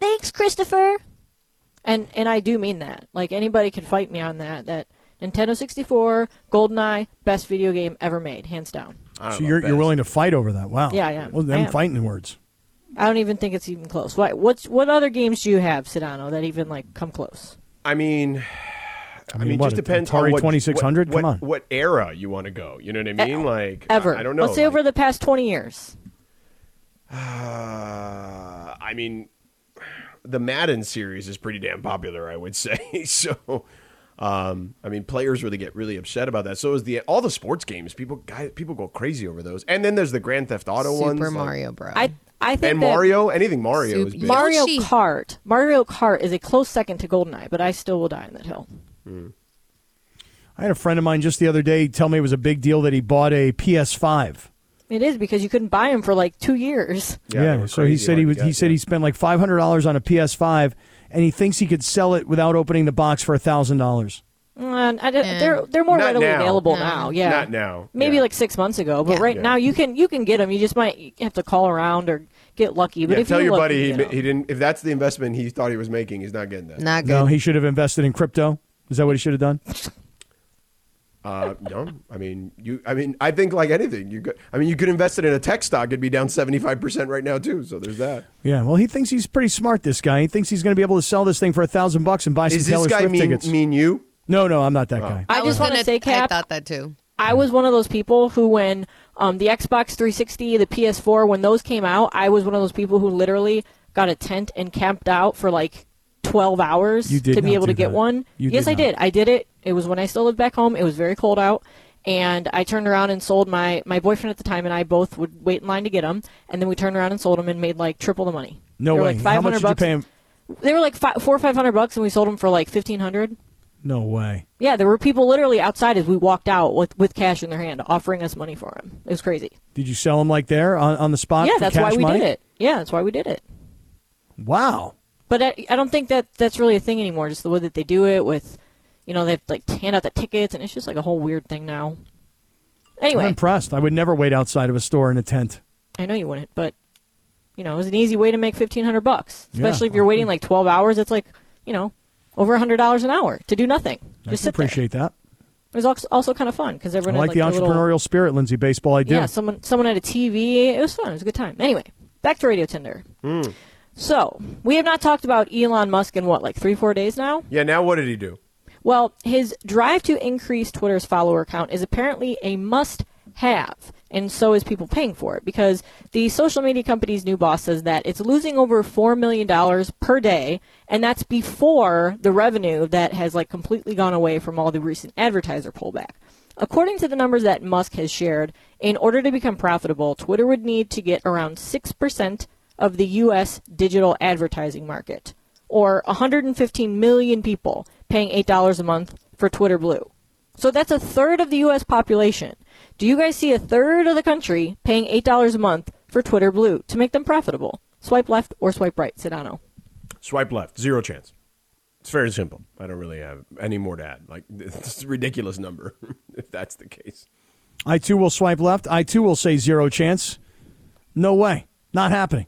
Speaker 2: thanks christopher and and i do mean that like anybody can fight me on that that nintendo 64 goldeneye best video game ever made hands down
Speaker 3: So you're, you're willing to fight over that. Wow.
Speaker 2: Yeah, I am.
Speaker 3: Well,
Speaker 2: I
Speaker 3: them
Speaker 2: am.
Speaker 3: fighting words.
Speaker 2: i don't even think it's even close what what's what other games do you have sedano that even like come close
Speaker 1: I mean, I mean,
Speaker 3: what,
Speaker 1: just depends
Speaker 3: Atari
Speaker 1: on what
Speaker 3: 2600?
Speaker 1: What,
Speaker 3: Come on.
Speaker 1: what, what era you want to go. You know what I mean? like
Speaker 2: E, ever
Speaker 1: I, I don't know.
Speaker 2: let's say
Speaker 1: like,
Speaker 2: over the past 20 years
Speaker 1: Uh, I mean, the Madden series is pretty damn popular, I would say. So, um, I mean, players really get really upset about that. So is the all the sports games. People guys, people go crazy over those. And then there's the Grand Theft Auto ones,
Speaker 5: Super
Speaker 1: like-
Speaker 5: Mario Bro.
Speaker 2: i i think
Speaker 1: and
Speaker 2: that
Speaker 1: Mario. Anything Mario
Speaker 5: Sup-
Speaker 1: is big.
Speaker 2: Mario
Speaker 5: Yoshi.
Speaker 2: Kart. Mario Kart is a close second to GoldenEye, but I still will die on that hill.
Speaker 3: I had a friend of mine just the other day tell me it was a big deal that he bought a PS5.
Speaker 2: It is because you couldn't buy them for like two years.
Speaker 1: Yeah, they were
Speaker 3: so he
Speaker 1: crazy
Speaker 3: said he
Speaker 1: hard
Speaker 3: was.
Speaker 1: to
Speaker 3: he
Speaker 1: get,
Speaker 3: said
Speaker 1: yeah.
Speaker 3: he spent like five hundred dollars on a PS5, and he thinks he could sell it without opening the box for thousand dollars.
Speaker 2: And Mm, I, They're they're more
Speaker 1: Not
Speaker 2: readily
Speaker 1: now.
Speaker 2: available
Speaker 1: No.
Speaker 2: now. Yeah,
Speaker 1: Not now.
Speaker 2: Maybe
Speaker 1: Yeah.
Speaker 2: like six months ago, but right
Speaker 1: Yeah.
Speaker 2: now you can you can get them. You just might have to call around or get lucky. But
Speaker 1: Yeah,
Speaker 2: if
Speaker 1: tell
Speaker 2: you
Speaker 1: your
Speaker 2: look,
Speaker 1: buddy he,
Speaker 2: you know.
Speaker 1: he didn't. If that's the investment he thought he was making, he's not getting that.
Speaker 5: Not good.
Speaker 3: No, he should have invested in crypto. Is that what he should have done?
Speaker 1: Uh, no, I mean you. I mean, I think like anything, you. Could, I mean, you could invest it in a tech stock; it'd be down seventy five percent right now too. So there's that.
Speaker 3: Yeah. Well, he thinks he's pretty smart. This guy. He thinks he's going to be able to sell this thing for a thousand bucks and buy some
Speaker 1: Is
Speaker 3: Taylor
Speaker 1: this guy
Speaker 3: Swift
Speaker 1: mean, Oh.
Speaker 3: tickets.
Speaker 1: mean you?
Speaker 3: no, no, I'm not that guy.
Speaker 2: I
Speaker 5: was
Speaker 2: just want
Speaker 5: gonna-
Speaker 2: to say,
Speaker 5: I
Speaker 2: Cap,
Speaker 5: thought that too.
Speaker 2: I was one of those people who, when um, the Xbox 360, the PS4, when those came out, I was one of those people who literally got a tent and camped out for like 12 hours
Speaker 3: You did
Speaker 2: to be
Speaker 3: not
Speaker 2: able to
Speaker 3: do
Speaker 2: get
Speaker 3: that.
Speaker 2: one.
Speaker 3: You
Speaker 2: yes,
Speaker 3: did
Speaker 2: I
Speaker 3: not.
Speaker 2: did. I did it. It was when I still lived back home. It was very cold out. And I turned around and sold my, my boyfriend at the time, and I both would wait in line to get them. And then we turned around and sold them and made like triple the money.
Speaker 3: No
Speaker 2: They were,
Speaker 3: way.
Speaker 2: Like
Speaker 3: How much
Speaker 2: 500
Speaker 3: did you
Speaker 2: bucks.
Speaker 3: pay him?
Speaker 2: They were like fi- four or five hundred bucks, and we sold them for like fifteen hundred.
Speaker 3: No way.
Speaker 2: Yeah, there were people literally outside as we walked out with, with cash in their hand, offering us money for them. It was crazy.
Speaker 3: Did you sell him like there on, on the spot?
Speaker 2: yeah,
Speaker 3: for
Speaker 2: that's
Speaker 3: cash
Speaker 2: why we
Speaker 3: money?
Speaker 2: did it. Yeah, that's why we did it.
Speaker 3: Wow.
Speaker 2: But I, I don't think that that's really a thing anymore. Just the way that they do it with, you know, they have to, like hand out the tickets, and it's just like a whole weird thing now.
Speaker 3: I'm
Speaker 2: Anyway,
Speaker 3: impressed. I would never wait outside of a store in a tent.
Speaker 2: I know you wouldn't, but you know, it was an easy way to make fifteen hundred bucks,
Speaker 3: Yeah.
Speaker 2: especially if you're waiting like twelve hours. It's like you know, over a hundred dollars an hour to do nothing.
Speaker 3: I
Speaker 2: Just
Speaker 3: can
Speaker 2: sit there.
Speaker 3: appreciate that.
Speaker 2: It was also, also kind of fun because
Speaker 3: I
Speaker 2: everyone
Speaker 3: like,
Speaker 2: had,
Speaker 3: the
Speaker 2: like, their
Speaker 3: entrepreneurial
Speaker 2: Little,
Speaker 3: spirit, Lindsay. Baseball, I do.
Speaker 2: yeah, someone someone had a TV. It was fun. It was a good time. Anyway, back to Radio Tinder. So we have not talked about Elon Musk in what like three four days now.
Speaker 1: Yeah. Now what did he do?
Speaker 2: Well, his drive to increase Twitter's follower count is apparently a must have, and so is people paying for it because the social media company's new boss says that it's losing over $4 million per day, and that's before the revenue that has like completely gone away from all the recent advertiser pullback. According to the numbers that Musk has shared, in order to become profitable, Twitter would need to get around 6% of the U.S. digital advertising market or 115 million people paying $8 a month for Twitter Blue. So that's a third of the U.S. population. Do you guys see a third of the country paying $8 a month for Twitter Blue to make them profitable? Swipe left or swipe right, Sedano.
Speaker 1: Swipe left, zero chance. It's very simple. I don't really have any more to add. Like this is a ridiculous number if that's the case.
Speaker 3: I too will swipe left. I too will say zero chance. No way. Not happening.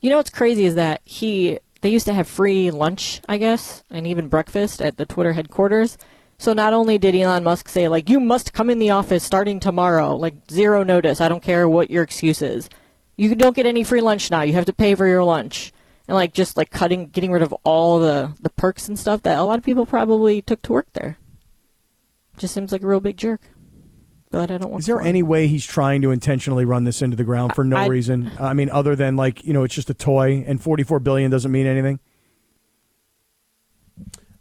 Speaker 2: You know what's crazy is that he they used to have free lunch, I guess, and even breakfast at the Twitter headquarters. So not only did Elon Musk say like you must come in the office starting tomorrow, like zero notice, I don't care what your excuse is. You don't get any free lunch now. You have to pay for your lunch. And like just like cutting getting rid of all the the perks and stuff that a lot of people probably took to work there. Just seems like a real big jerk. But I don't want
Speaker 3: Is there any way he's trying to intentionally run this into the ground for no
Speaker 2: I-
Speaker 3: reason? I mean, other than like you know, it's just a toy, and forty-four billion doesn't mean anything.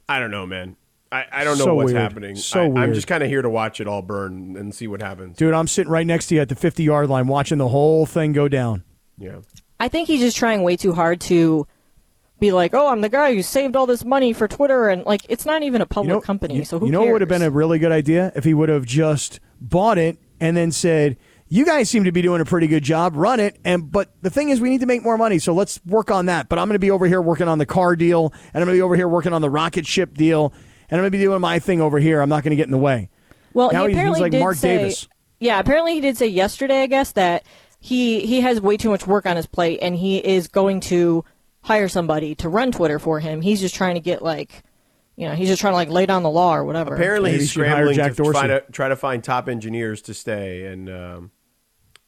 Speaker 1: I don't know, man. I, I don't know
Speaker 3: So
Speaker 1: what's
Speaker 3: weird.
Speaker 1: happening.
Speaker 3: So
Speaker 1: I, I'm
Speaker 3: weird.
Speaker 1: just kind of here to watch it all burn and see what happens.
Speaker 3: Dude, I'm sitting right next to you at the fifty-yard line, watching the whole thing go down.
Speaker 1: Yeah.
Speaker 2: I think he's just trying way too hard to be like, oh, I'm the guy who saved all this money for Twitter, and like, it's not even a public company,
Speaker 3: you,
Speaker 2: so who
Speaker 3: you know
Speaker 2: cares?
Speaker 3: what would have been a really good idea if he would have just bought it and then said, "You guys seem to be doing a pretty good job. Run it." And but the thing is, we need to make more money, so let's work on that. But I'm going to be over here working on the car deal, and I'm going to be over here working on the rocket ship deal, and I'm going to be doing my thing over here. I'm not going to get in the way.
Speaker 2: well,
Speaker 3: now
Speaker 2: he
Speaker 3: he's- he's
Speaker 2: apparently
Speaker 3: like
Speaker 2: did
Speaker 3: Mark
Speaker 2: say,
Speaker 3: Davis.
Speaker 2: yeah, apparently he did say yesterday, I guess, that he he has way too much work on his plate, and he is going to hire somebody to run Twitter for him. He's just trying to get like, you know, he's just trying to like lay down the law or whatever.
Speaker 1: Apparently,
Speaker 3: Maybe
Speaker 1: he's
Speaker 3: you should hire
Speaker 1: scrambling
Speaker 3: Jack
Speaker 1: to
Speaker 3: Dorsey.
Speaker 1: try to, try to find top engineers to stay, and um,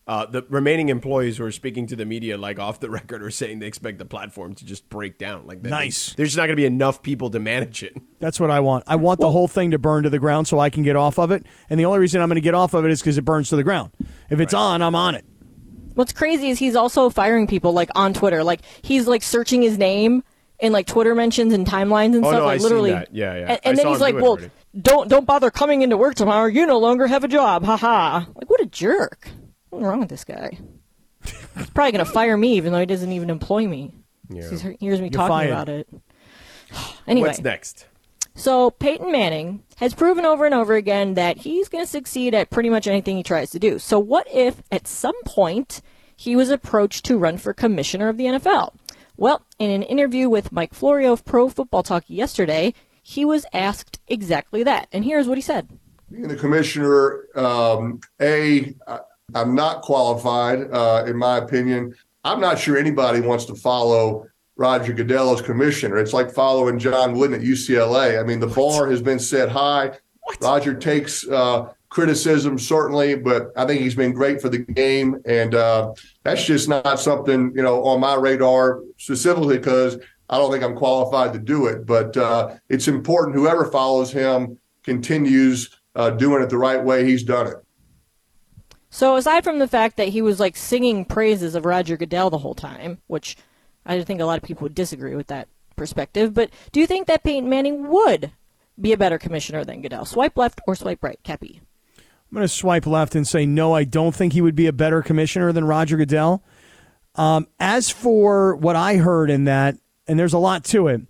Speaker 1: uh, the remaining employees who are speaking to the media, like off the record, are saying they expect the platform to just break down. Like, that
Speaker 3: Nice.
Speaker 1: There's just not going to be enough people to manage it.
Speaker 3: That's what I want. I want the whole thing to burn to the ground so I can get off of it. And the only reason I'm going to get off of it is because it burns to the ground. If it's on, I'm on it.
Speaker 2: What's crazy is he's also firing people like on Twitter. Like he's like searching his name in like Twitter mentions and timelines and
Speaker 1: Oh,
Speaker 2: stuff.
Speaker 1: no, I
Speaker 2: like
Speaker 1: seen
Speaker 2: literally,
Speaker 1: that. Yeah, yeah.
Speaker 2: And,
Speaker 1: I
Speaker 2: and then
Speaker 1: saw
Speaker 2: he's
Speaker 1: him
Speaker 2: like,
Speaker 1: do it
Speaker 2: "Well,
Speaker 1: already.
Speaker 2: don't don't bother coming into work tomorrow. You no longer have a job." Ha ha. Like what a jerk. What's wrong with this guy? he's probably gonna fire me, even though he doesn't even employ me. Yeah. He hears me talking
Speaker 3: fired.
Speaker 2: about it. anyway,
Speaker 1: What's next?
Speaker 2: so Peyton Manning has proven over and over again that he's going to succeed at pretty much anything he tries to do. So what if at some point he was approached to run for commissioner of the NFL? Well, in an interview with Mike Florio of Pro Football Talk yesterday, he was asked exactly that. And here's what he said.
Speaker 6: being the commissioner, um, A, I, I'm not qualified, uh, in my opinion. I'm not sure anybody wants to follow Roger Goodell as commissioner. It's like following John Wooden at UCLA. I mean, the bar has been set high. Roger takes uh, criticism, certainly, but I think he's been great for the game. And uh, that's just not something, you know, on my radar specifically because I don't think I'm qualified to do it. But uh, it's important whoever follows him continues uh, doing it the right way he's done it.
Speaker 2: So aside from the fact that he was like singing praises of Roger Goodell the whole time, which I think a lot of people would disagree with that perspective, but do you think that Peyton Manning would be a better commissioner than Goodell? Swipe left or swipe right, E. Cappy?
Speaker 3: I'm going to swipe left and say no. I don't think he would be a better commissioner than Roger Goodell. Um, as for what I heard in that, and there's a lot to it.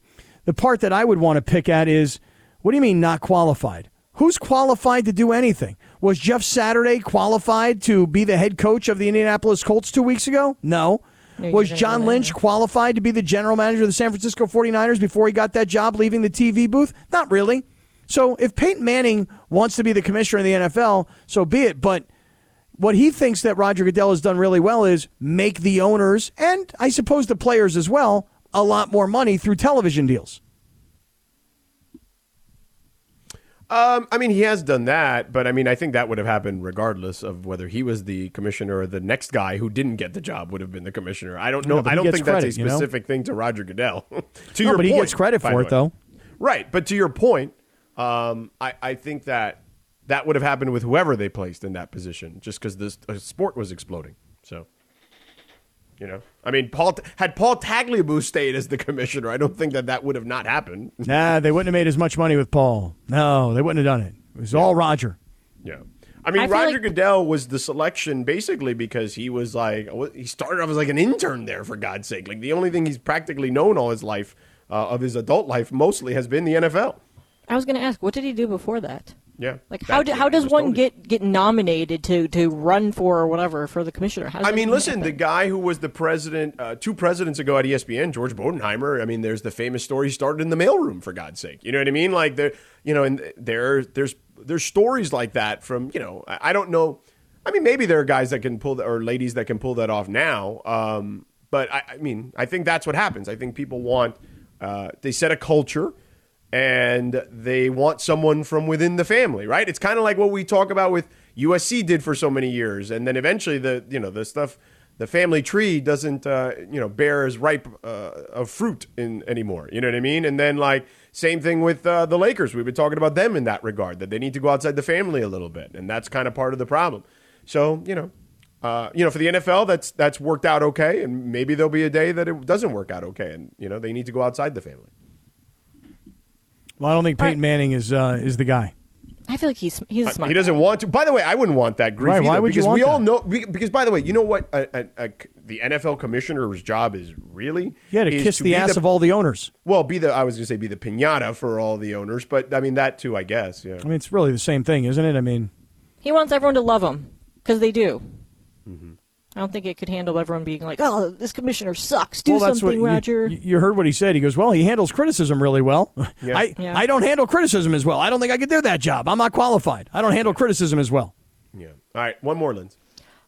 Speaker 3: The part that I would want to pick at is, what do you mean not qualified? Who's qualified to do anything? Was Jeff Saturday qualified to be the head coach of the Indianapolis Colts two weeks ago? No. Was
Speaker 2: general
Speaker 3: John
Speaker 2: manager.
Speaker 3: Lynch qualified to be the general manager of the San Francisco 49ers before he got that job leaving the TV booth? Not really. So if Peyton Manning wants to be the commissioner of the NFL, so be it. But what he thinks that Roger Goodell has done really well is make the owners and I suppose the players as well a lot more money through television deals.
Speaker 1: Um, I mean, he has done that, but I mean, I think that would have happened regardless of whether he was the commissioner or the next guy who didn't get the job would have been the commissioner. I don't know.
Speaker 3: but
Speaker 1: I
Speaker 3: he
Speaker 1: don't
Speaker 3: gets
Speaker 1: think that's
Speaker 3: credit,
Speaker 1: a
Speaker 3: you know?
Speaker 1: specific thing to Roger Goodell. to
Speaker 3: No,
Speaker 1: your
Speaker 3: but he
Speaker 1: point,
Speaker 3: gets credit
Speaker 1: by the
Speaker 3: for it,
Speaker 1: way.
Speaker 3: though.
Speaker 1: Right, but to your point, um, I, I think that that would have happened with whoever they placed in that position, just because this uh, sport was exploding. So, you know, I mean, Paul had Paul Tagliabue stayed as the commissioner. I don't think that that would have not happened.
Speaker 3: Nah, they wouldn't have made as much money with Paul. No, they wouldn't have done it. It was all Roger.
Speaker 1: Yeah. I mean,
Speaker 2: I feel
Speaker 1: Roger
Speaker 2: like-
Speaker 1: Goodell was the selection basically because he was like, he started off as like an intern there, for God's sake. Like, the only thing he's practically known all his life, uh, of his adult life mostly, has been the NFL.
Speaker 2: I was going to ask, what did he do before that?
Speaker 1: Yeah.
Speaker 2: Like how
Speaker 1: That-
Speaker 2: do, how does
Speaker 1: just
Speaker 2: one
Speaker 1: told you.
Speaker 2: get get nominated to to run for or whatever for the commissioner? How does
Speaker 1: I
Speaker 2: that
Speaker 1: mean,
Speaker 2: even
Speaker 1: listen, the
Speaker 2: happen?
Speaker 1: guy who was the president uh, two presidents ago at ESPN, George Bodenheimer. I mean, there's the famous story he started in the mailroom for God's sake. You know what I mean? Like there, you know, and there, there's there's stories like that from you know. I, I don't know. I mean, maybe there are guys that can pull that or ladies that can pull that off now. Um, but I, I mean, I think that's what happens. I think people want uh, they set a culture and they want someone from within the family, right? It's kind of like what we talk about with USC did for so many years, and then eventually the you know the stuff, the family tree doesn't uh, you know bear as ripe uh, of fruit in anymore. You know what I mean? And then like same thing with uh, the Lakers. We've been talking about them in that regard that they need to go outside the family a little bit, and that's kind of part of the problem. So you know. Uh, you know, for the NFL, that's that's worked out okay, and maybe there'll be a day that it doesn't work out okay, and you know they need to go outside the family.
Speaker 3: Well, I don't think
Speaker 2: All right.
Speaker 3: Peyton Manning is uh, is the guy.
Speaker 2: I feel like he's he's a
Speaker 1: Uh,
Speaker 2: smart.
Speaker 1: He doesn't want to. By the way, I wouldn't want that grief.
Speaker 3: Right, why
Speaker 1: either,
Speaker 3: would you
Speaker 1: because
Speaker 3: want
Speaker 1: we all
Speaker 3: that?
Speaker 1: know. be- Because by the way, you know what? A, a, a, the NFL commissioner's job is really
Speaker 3: Yeah, to
Speaker 1: is
Speaker 3: kiss
Speaker 1: be
Speaker 3: the ass of all the owners.
Speaker 1: Well, be the I was going to say be the pinata for all the owners, but I mean that too. I guess. Yeah.
Speaker 3: I mean, it's really the same thing, isn't it? I mean,
Speaker 2: He wants everyone to love him because they do.
Speaker 1: Mm-hmm.
Speaker 2: I don't think it could handle everyone being like, "Oh, this commissioner sucks. Do
Speaker 3: well, that's
Speaker 2: something,
Speaker 3: what you-
Speaker 2: Roger."
Speaker 3: You, you heard what he said. He goes, "Well, he handles criticism really well. I
Speaker 2: Yeah.
Speaker 3: I don't handle criticism as well. I don't think I could do that job. I'm not qualified. I don't handle criticism as well."
Speaker 1: Yeah. All right. One more, Linz.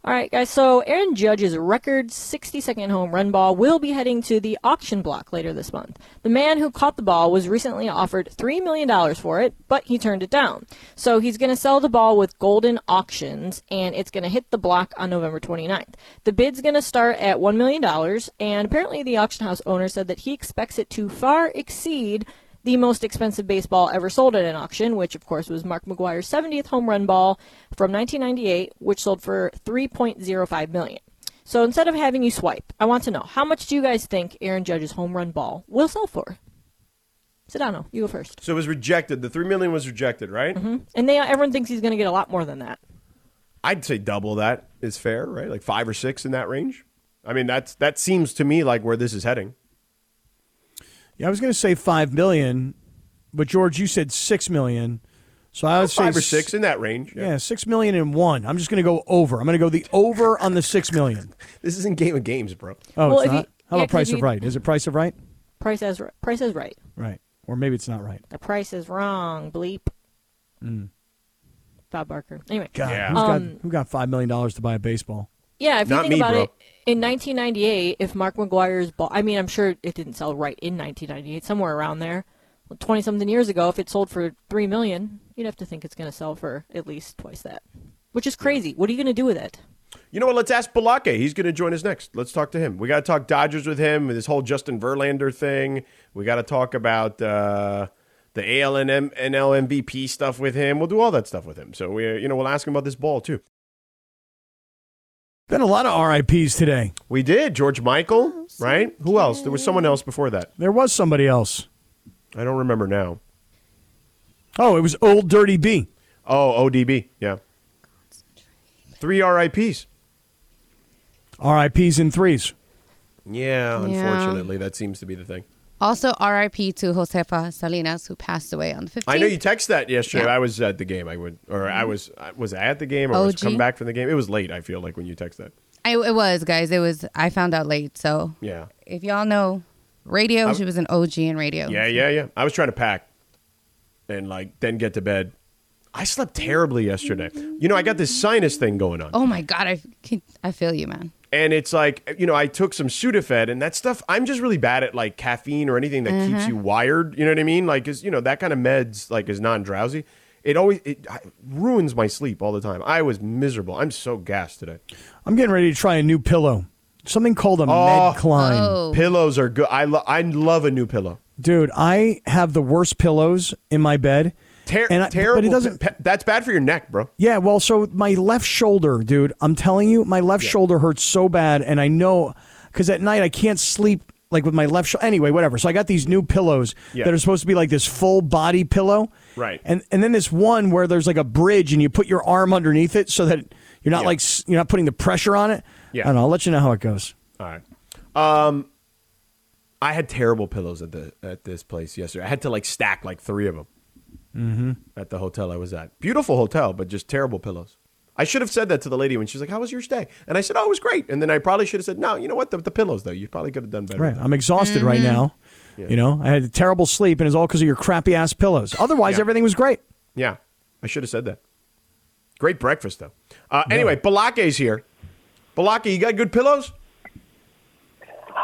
Speaker 2: All right, guys. So Aaron Judge's record 60-second home run ball will be heading to the auction block later this month. The man who caught the ball was recently offered three million dollars for it, but he turned it down. So he's going to sell the ball with Golden Auctions, and it's going to hit the block on November 29th. The bid's going to start at one million dollars, and apparently the auction house owner said that he expects it to far exceed the most expensive baseball ever sold at an auction, which of course was Mark McGuire's 70th home run ball from 1998, which sold for 3.05 million. So instead of having you swipe, I want to know how much do you guys think Aaron Judge's home run ball will sell for? Sedano, you go first.
Speaker 1: So it was rejected. The three million was rejected, right?
Speaker 2: And they everyone thinks he's going to get a lot more than that.
Speaker 1: I'd say double that is fair, right? Like five or six in that range. I mean, that's that seems to me like where this is heading.
Speaker 3: Yeah, I was going to say five million, but George, you said six million, so I would say
Speaker 1: Five or
Speaker 3: s-
Speaker 1: six in that range.
Speaker 3: Yeah, six million and one. I'm just going to go over. I'm going to go the over on the six million.
Speaker 1: This isn't game of games, bro.
Speaker 3: Oh,
Speaker 2: Well,
Speaker 3: it's
Speaker 2: if you-
Speaker 3: not. How
Speaker 2: yeah,
Speaker 3: about
Speaker 2: 'cause
Speaker 3: price
Speaker 2: if
Speaker 3: of
Speaker 2: you-
Speaker 3: right? Is it price of right?
Speaker 2: Price is ri- price is right.
Speaker 3: Right, or maybe it's not right.
Speaker 2: The price is wrong. Bleep. Bob Barker. Anyway.
Speaker 3: God,
Speaker 1: Yeah.
Speaker 3: who's
Speaker 2: Um,
Speaker 3: got who got five million dollars to buy a baseball?
Speaker 2: Yeah, if you
Speaker 1: Not
Speaker 2: think
Speaker 1: me,
Speaker 2: about
Speaker 1: bro.
Speaker 2: it, in 1998, if Mark McGuire's ball, I mean, I'm sure it didn't sell right in 1998, somewhere around there, 20 something years ago, if it sold for three million, you'd have to think it's going to sell for at least twice that, which is crazy. What are you going to do with it?
Speaker 1: You know what? Let's ask Balake. He's going to join us next. Let's talk to him. We got to talk Dodgers with him. This whole Justin Verlander thing. We got to talk about uh, the AL and M- NL MVP stuff with him. We'll do all that stuff with him. So we, you know, we'll ask him about this ball too.
Speaker 3: Been a lot of RIPS today.
Speaker 1: We did George Michael, right? Who else? There was someone else before that.
Speaker 3: There was somebody else.
Speaker 1: I don't remember now.
Speaker 3: Oh, it was old Dirty B.
Speaker 1: Oh, ODB. Yeah. Three RIPS.
Speaker 3: RIPs in threes.
Speaker 5: Yeah.
Speaker 1: Yeah, unfortunately, that seems to be the thing.
Speaker 5: Also, RIP to Josefa Salinas, who passed away on the 15th.
Speaker 1: I know you texted that yesterday.
Speaker 5: Yeah.
Speaker 1: I was at the game. I would, or I was, I was I at the game, or was
Speaker 5: OG?
Speaker 1: come back from the game. It was late. I feel like when you text that.
Speaker 5: I, it was, guys. It was. I found out late. So
Speaker 1: Yeah.
Speaker 5: if y'all know radio, she was an OG in radio.
Speaker 1: Yeah, yeah, yeah. I was trying to pack and like then get to bed. I slept terribly yesterday. You know, I got this sinus thing going on.
Speaker 5: Oh my God, I can, I feel you, man.
Speaker 1: And it's like, you know, I took some Sudafed and that stuff. I'm just really bad at like caffeine or anything that
Speaker 5: Mm-hmm.
Speaker 1: keeps you wired. You know what I mean? Like, is you know that kind of meds like is non drowsy. It always it I- ruins my sleep all the time. I was miserable. I'm so gassed today.
Speaker 3: I'm getting ready to try a new pillow. Something called a Med Klein.
Speaker 5: Oh,
Speaker 1: Pillows are good. I lo- I love a new pillow.
Speaker 3: Dude, I have the worst pillows in my bed.
Speaker 1: Ter-
Speaker 3: and I,
Speaker 1: terrible.
Speaker 3: But it doesn't.
Speaker 1: pe- that's bad for your neck, bro.
Speaker 3: Yeah, well, so my left shoulder, dude, I'm telling you, my left shoulder hurts so bad. And I know because at night I can't sleep like with my left shoulder. Anyway, whatever. So I got these new pillows
Speaker 1: Yeah.
Speaker 3: that are supposed to be like this full body pillow.
Speaker 1: Right.
Speaker 3: And, and then this one where there's like a bridge and you put your arm underneath it so that you're not
Speaker 1: Yeah.
Speaker 3: like, s- you're not putting the pressure on it.
Speaker 1: Yeah.
Speaker 3: I don't know. I'll let you know how it goes.
Speaker 1: All right. Um, I had terrible pillows at the at this place yesterday. I had to like stack like three of them.
Speaker 3: Mm-hmm.
Speaker 1: at the hotel I was at. Beautiful hotel, but just terrible pillows. I should have said that to the lady when she was like, "How was your stay?" And I said, "Oh, it was great." And then I probably should have said, "No, you know what? The, the pillows, though, you probably could have done better."
Speaker 3: Right. I'm exhausted right now. You know, I had terrible sleep, and it's all because of your crappy ass pillows. Otherwise,
Speaker 1: Yeah.
Speaker 3: everything was great.
Speaker 1: Yeah, I should have said that. Great breakfast though. Uh, Anyway, Balake's here. Balake, you got good pillows?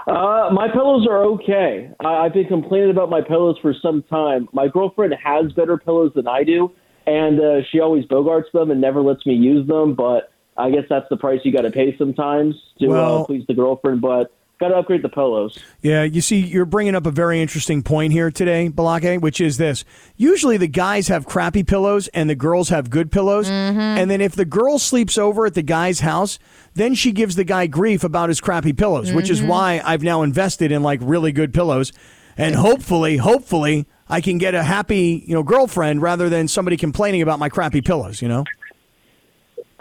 Speaker 7: Uh, my pillows are okay. I, I've been complaining about my pillows for some time. My girlfriend has better pillows than I do, and uh, she always bogarts them and never lets me use them. But I guess that's the price you got to pay sometimes to
Speaker 3: Well-
Speaker 7: uh, please the girlfriend. But got to upgrade the pillows.
Speaker 3: Yeah, you see, you're bringing up a very interesting point here today, Balake, which is this. Usually the guys have crappy pillows and the girls have good pillows. And then if the girl sleeps over at the guy's house, then she gives the guy grief about his crappy pillows, which is why I've now invested in like really good pillows. And hopefully, hopefully, I can get a happy, you know, girlfriend rather than somebody complaining about my crappy pillows, you know?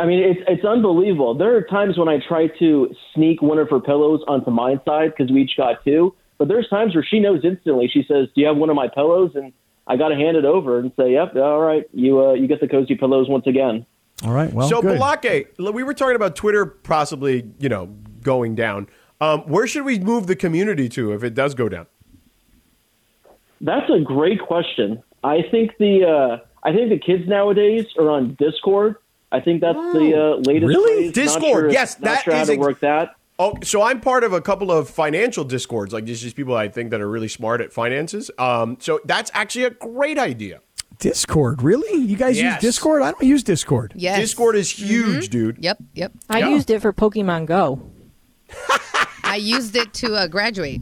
Speaker 7: I mean, it's it's unbelievable. There are times when I try to sneak one of her pillows onto my side because we each got two. But there's times where she knows instantly. She says, "Do you have one of my pillows?" And I got to hand it over and say, "Yep, all right, you uh, you get the cozy pillows once again."
Speaker 3: All right. Well,
Speaker 1: so
Speaker 3: Oh, good.
Speaker 1: Balake, l- we were talking about Twitter possibly, you know, going down. Um, where should we move the community to if it does go down?
Speaker 7: That's a great question. I think the uh, I think the kids nowadays are on Discord. I think that's the uh, latest.
Speaker 3: Really?
Speaker 7: craze. Not
Speaker 1: Discord,
Speaker 7: sure-
Speaker 1: yes,
Speaker 7: not
Speaker 1: that
Speaker 7: sure how
Speaker 1: is
Speaker 7: to
Speaker 1: ex-
Speaker 7: work that.
Speaker 1: Oh, so I'm part of a couple of financial discords. Like there's just people I think that are really smart at finances. Um, so that's actually a great idea.
Speaker 3: Discord, really? You guys
Speaker 1: Yes.
Speaker 3: use Discord? I don't use Discord.
Speaker 5: Yes. Mm-hmm.
Speaker 1: Discord is huge, dude.
Speaker 5: Yep. Yep.
Speaker 2: I
Speaker 1: Yeah.
Speaker 2: used it for Pokemon Go.
Speaker 5: I used it to uh, graduate.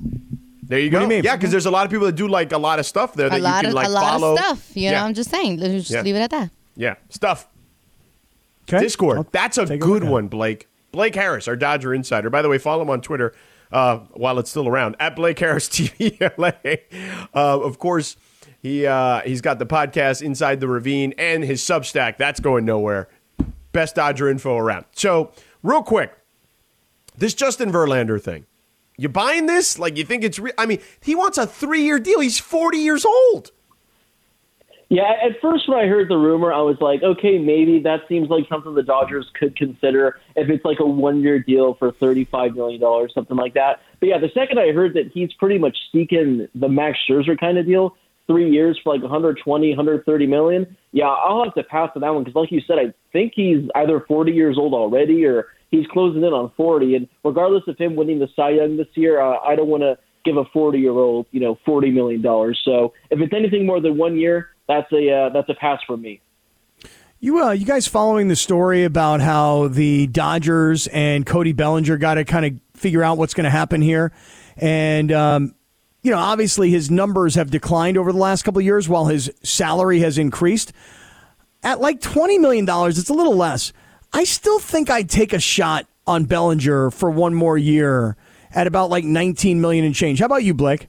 Speaker 1: There you go.
Speaker 3: you mean?
Speaker 1: Yeah, because there's a lot of people that do like a lot of stuff there that
Speaker 5: A lot
Speaker 1: you
Speaker 5: of
Speaker 1: can like
Speaker 5: a lot
Speaker 1: follow.
Speaker 5: of stuff. You know,
Speaker 1: yeah.
Speaker 5: I'm just saying. Let's just
Speaker 1: Yeah.
Speaker 5: leave it at that.
Speaker 1: yeah, stuff.
Speaker 3: Okay?
Speaker 1: Discord.
Speaker 3: I'll
Speaker 1: That's a
Speaker 3: take
Speaker 1: good
Speaker 3: look at it.
Speaker 1: one, Blake. Blake Harris, our Dodger insider. By the way, follow him on Twitter uh, while it's still around at Blake Harris TV LA. Uh, of course, he uh, he's got the podcast Inside the Ravine and his Substack. That's going nowhere. Best Dodger info around. So, real quick, this Justin Verlander thing. You buying this? Like you think it's? Re- I mean, he wants a three-year deal. He's forty years old.
Speaker 7: Yeah, at first when I heard the rumor, I was like, okay, maybe that seems like something the Dodgers could consider if it's like a one-year deal for thirty-five million dollars, something like that. But yeah, the second I heard that he's pretty much seeking the Max Scherzer kind of deal, three years for like 120, 130 million. Yeah, I'll have to pass on that one because, like you said, I think he's either forty years old already or he's closing in on forty. And regardless of him winning the Cy Young this year, uh, I don't want to give a 40 year old, you know, 40 million dollars. So if it's anything more than one year, that's a uh, that's a pass for me.
Speaker 3: You uh, you guys following the story about how the Dodgers and Cody Bellinger got to kind of figure out what's going to happen here, and um, you know obviously his numbers have declined over the last couple of years while his salary has increased. At like twenty million dollars, it's a little less. I still think I'd take a shot on Bellinger for one more year at about like nineteen million and change. How about you, Blake?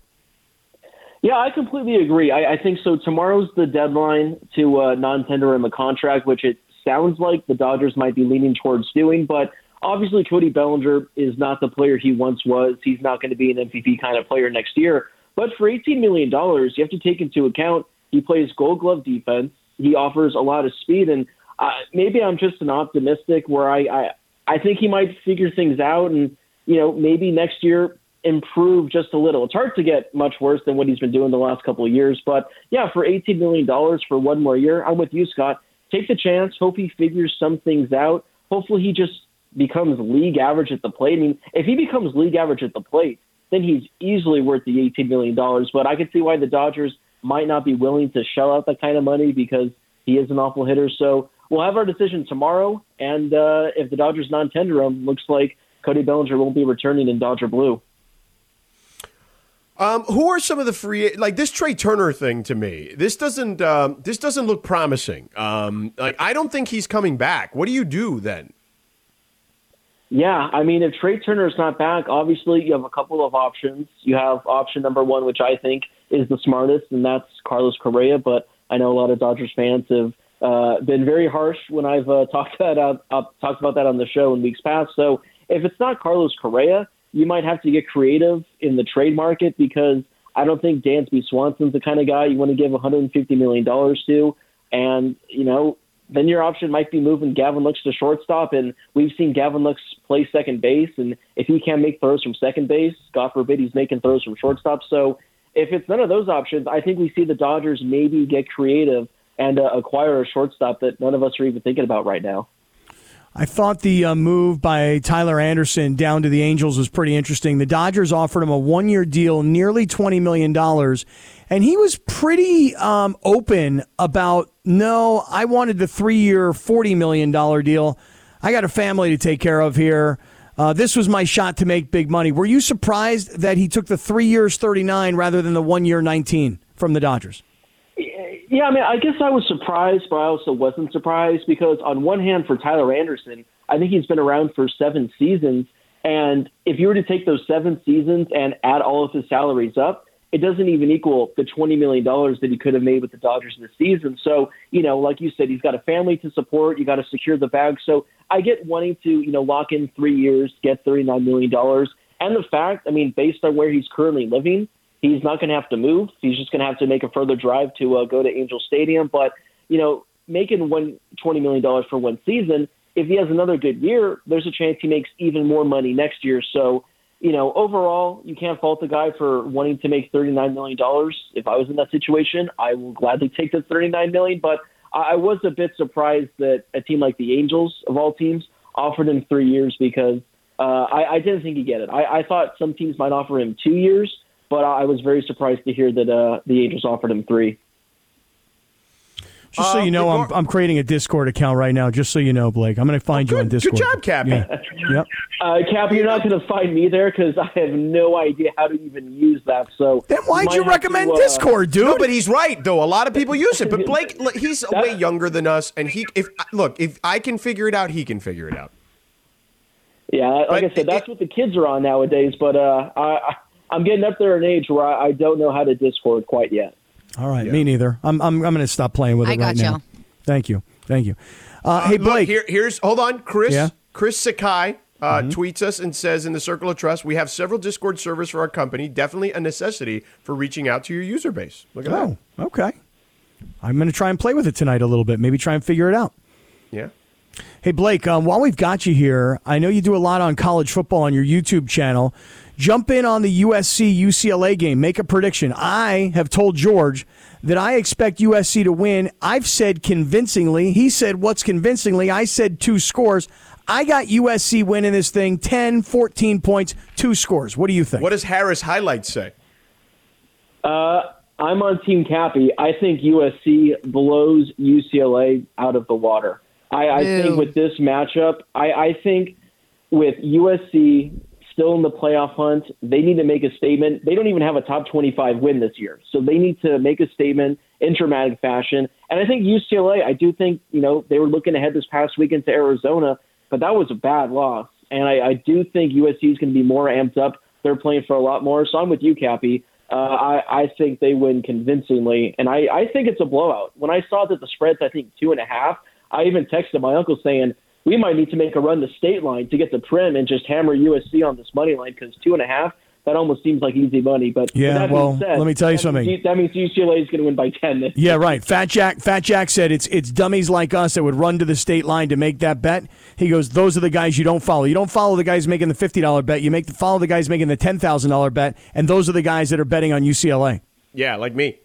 Speaker 7: Yeah, I completely agree. I, I think so. Tomorrow's the deadline to uh, non-tender him a contract, which it sounds like the Dodgers might be leaning towards doing. But obviously, Cody Bellinger is not the player he once was. He's not going to be an MVP kind of player next year. But for eighteen million dollars, you have to take into account he plays Gold Glove defense. He offers a lot of speed, and uh, maybe I'm just an optimistic where I, I I think he might figure things out, and you know maybe next year improve just a little. It's hard to get much worse than what he's been doing the last couple of years. But yeah, for $18 million for one more year, I'm with you, Scott. Take the chance. Hope he figures some things out. Hopefully he just becomes league average at the plate. I mean, if he becomes league average at the plate, then he's easily worth the $18 million. But I could see why the Dodgers might not be willing to shell out that kind of money because he is an awful hitter. So we'll have our decision tomorrow. And uh, if the Dodgers non tender him, looks like Cody Bellinger won't be returning in Dodger Blue.
Speaker 1: Um, who are some of the free like this Trey Turner thing to me? This doesn't um, this doesn't look promising. Um, like I don't think he's coming back. What do you do then?
Speaker 7: Yeah, I mean, if Trey Turner is not back, obviously you have a couple of options. You have option number one, which I think is the smartest, and that's Carlos Correa. But I know a lot of Dodgers fans have uh, been very harsh when I've uh, talked that out, up, talked about that on the show in weeks past. So if it's not Carlos Correa, you might have to get creative in the trade market because I don't think Dansby Swanson's the kind of guy you want to give 150 million dollars to, and you know then your option might be moving Gavin Lux to shortstop, and we've seen Gavin Lux play second base, and if he can't make throws from second base, God forbid he's making throws from shortstop. So if it's none of those options, I think we see the Dodgers maybe get creative and uh, acquire a shortstop that none of us are even thinking about right now.
Speaker 3: I thought the uh, move by Tyler Anderson down to the Angels was pretty interesting. The Dodgers offered him a one year deal, nearly $20 million. And he was pretty um, open about no, I wanted the three year, $40 million deal. I got a family to take care of here. Uh, this was my shot to make big money. Were you surprised that he took the three years, 39 rather than the one year, 19 from the Dodgers?
Speaker 7: Yeah, I mean, I guess I was surprised, but I also wasn't surprised because, on one hand, for Tyler Anderson, I think he's been around for seven seasons. And if you were to take those seven seasons and add all of his salaries up, it doesn't even equal the $20 million that he could have made with the Dodgers this season. So, you know, like you said, he's got a family to support. You got to secure the bag. So I get wanting to, you know, lock in three years, get $39 million. And the fact, I mean, based on where he's currently living, he's not going to have to move. He's just going to have to make a further drive to uh, go to Angel Stadium. But you know, making one twenty million dollars for one season, if he has another good year, there's a chance he makes even more money next year. So you know, overall, you can't fault the guy for wanting to make thirty nine million dollars. If I was in that situation, I will gladly take the thirty nine million. But I-, I was a bit surprised that a team like the Angels, of all teams, offered him three years because. Uh, I, I didn't think he'd get it. I, I thought some teams might offer him two years, but I was very surprised to hear that uh, the Angels offered him three.
Speaker 3: Just so you know,
Speaker 1: Uh,
Speaker 3: I'm, I'm creating a Discord account right now. Just so you know, Blake, I'm going to find you on
Speaker 1: Oh, Good
Speaker 3: Discord.
Speaker 1: job, Cappy.
Speaker 3: Yeah. Yep.
Speaker 7: Uh, Cap, you're not going to find me there because I have no idea how to even use that. So
Speaker 3: Then why'd
Speaker 7: might
Speaker 3: you
Speaker 7: have
Speaker 3: recommend
Speaker 7: to, uh,
Speaker 3: Discord, dude?
Speaker 1: No, but he's right though. A lot of people use it, but Blake, look, he's way younger than us, and he. If look, if I can figure it out, he can figure it out.
Speaker 7: Yeah, like
Speaker 1: But
Speaker 7: I said,
Speaker 1: it-
Speaker 7: that's what the kids are on nowadays. But uh, I, I- I'm getting up there in age where I, I don't know how to Discord quite yet.
Speaker 3: All right, me neither. I'm I'm, I'm going to stop playing with it
Speaker 5: I
Speaker 3: right
Speaker 5: gotcha.
Speaker 3: now. Thank you, thank you. Uh, hey,
Speaker 1: Look,
Speaker 3: Blake.
Speaker 1: here, here's hold on, Chris.
Speaker 3: Yeah? Mm-hmm.
Speaker 1: Chris Sakai uh, tweets us and says, "In the Circle of Trust, we have several Discord servers for our company. Definitely a necessity for reaching out to your user base. Look at
Speaker 3: oh, okay. I'm going to try and play with it tonight a little bit. Maybe try and figure it out.
Speaker 1: that. Yeah,
Speaker 3: Hey, Blake, um, while we've got you here, I know you do a lot on college football on your YouTube channel. Jump in on the USC UCLA game, make a prediction. I have told George that I expect USC to win. I've said convincingly. He said, What's convincingly? I said two scores. I got USC winning this thing 10, 14 points, two scores. What do you think?
Speaker 1: What does Harris highlights say?
Speaker 7: I'm on Team Cappy. I think USC blows UCLA out of the water. I, I
Speaker 5: Boo.
Speaker 7: think with this matchup, I, I think with USC still in the playoff hunt, they need to make a statement. They don't even have a top 25 win this year, so they need to make a statement in dramatic fashion. And I think UCLA, I do think you know they were looking ahead this past weekend to Arizona, but that was a bad loss. And I, I do think USC is going to be more amped up. They're playing for a lot more. So I'm with you, Cappy. Uh, I, I think they win convincingly, and I, I think it's a blowout. When I saw that the spread's, I think two and a half. I even texted my uncle saying we might need to make a run to state line to get the prim and just hammer USC on this money line because two and a half. That almost seems like easy money, but
Speaker 3: Yeah,
Speaker 7: but that being
Speaker 3: well,
Speaker 7: said,
Speaker 3: let me tell you
Speaker 7: that means-
Speaker 3: something.
Speaker 7: that means UCLA is going to win by ten. This
Speaker 3: Yeah, right. Fat Jack. Fat Jack said it's it's dummies like us that would run to the state line to make that bet. He goes, those are the guys you don't follow. You don't follow the guys making the fifty dollar bet. You make the, follow the guys making the ten thousand dollar bet, and those are the guys that are betting on UCLA.
Speaker 1: Yeah, like me.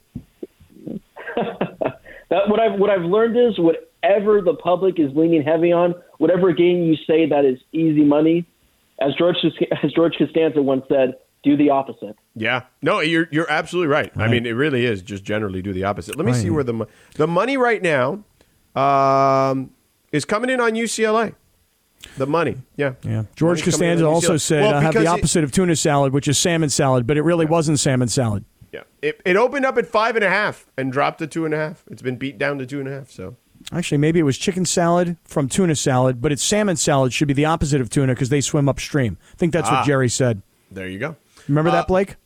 Speaker 7: That, what I've what I've learned is whatever the public is leaning heavy on, whatever game you say that is easy money, as George as George Costanza once said, do the opposite.
Speaker 1: Yeah, no, you're you're absolutely right. I mean, it really is just generally do the opposite. Let me see
Speaker 3: Right.
Speaker 1: where the mo- the money right now um, is coming in on UCLA. The money, yeah,
Speaker 3: Yeah. George
Speaker 1: Money's coming in
Speaker 3: Costanza
Speaker 1: on
Speaker 3: also
Speaker 1: UCLA.
Speaker 3: said
Speaker 1: Well,
Speaker 3: I have the
Speaker 1: because it-
Speaker 3: opposite of tuna salad, which is salmon salad, but it really wasn't salmon salad.
Speaker 1: Yeah, it, it opened up at five and a half and dropped to two and a half. It's been beat down to two and a half. So
Speaker 3: Actually, maybe it was chicken salad from tuna salad, but it's salmon salad should be the opposite of tuna because they swim
Speaker 1: Ah.
Speaker 3: upstream. I think that's what Jerry said.
Speaker 1: there you go.
Speaker 3: Remember that, Blake?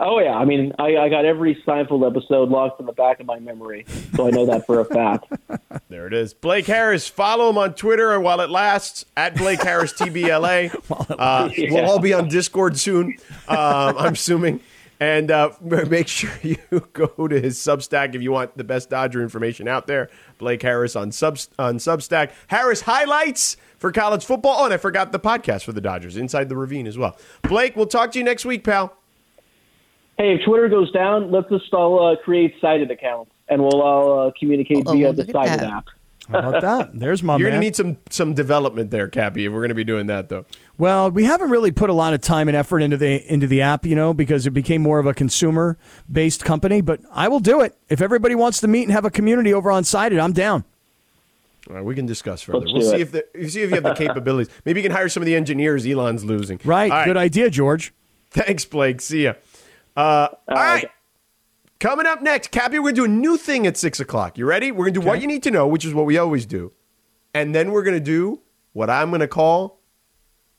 Speaker 7: Oh yeah, I mean, I, I got every Seinfeld episode locked in the back of my memory, so I know that for a fact.
Speaker 1: There it is. Blake Harris. Follow him on Twitter while it lasts at Blake Harris TBLA. Uh, We'll all be on Discord soon, um, I'm assuming. And uh, make sure you go to his Substack if you want the best Dodger information out there. Blake Harris on sub on Substack. Harris highlights for college football. Oh, and I forgot the podcast for the Dodgers, Inside the Ravine as well. Blake, we'll talk to you next week, pal.
Speaker 7: Hey, if Twitter goes down, let's just all uh, create cited accounts, and we'll all uh, communicate
Speaker 5: Oh,
Speaker 7: via
Speaker 5: look
Speaker 7: the
Speaker 5: at
Speaker 7: cited
Speaker 5: that.
Speaker 7: app.
Speaker 3: How about that? There's my
Speaker 1: You're
Speaker 3: man.
Speaker 1: gonna need some some development there, Cappy. If we're gonna be doing that though.
Speaker 3: Well, we haven't really put a lot of time and effort into the into the app, you know, because it became more of a consumer based company. But I will do it if everybody wants to meet and have a community over on Sided. I'm down.
Speaker 1: All right, we can discuss further.
Speaker 7: Let's
Speaker 1: we'll
Speaker 7: do
Speaker 1: see
Speaker 7: it.
Speaker 1: if the, we'll see if you have the capabilities. Maybe you can hire some of the engineers Elon's losing.
Speaker 3: Right?
Speaker 1: All
Speaker 3: Good idea, George.
Speaker 1: Thanks, Blake. See ya. Uh, all right. Coming up next, Cappy, we're going to do a new thing at six o'clock. You ready? We're going to do what you need to know, which is what we always do, and then we're going to do what I'm going to call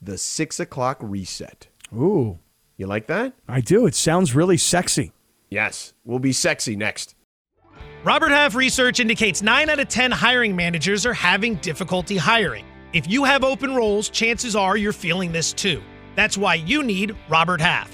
Speaker 1: the six o'clock reset.
Speaker 3: Ooh,
Speaker 1: You like that?
Speaker 3: I do. It sounds really sexy.
Speaker 1: Yes. We'll be sexy next.
Speaker 8: Robert Half research indicates 9 out of 10 hiring managers are having difficulty hiring. If you have open roles, chances are you're feeling this too. That's why you need Robert Half.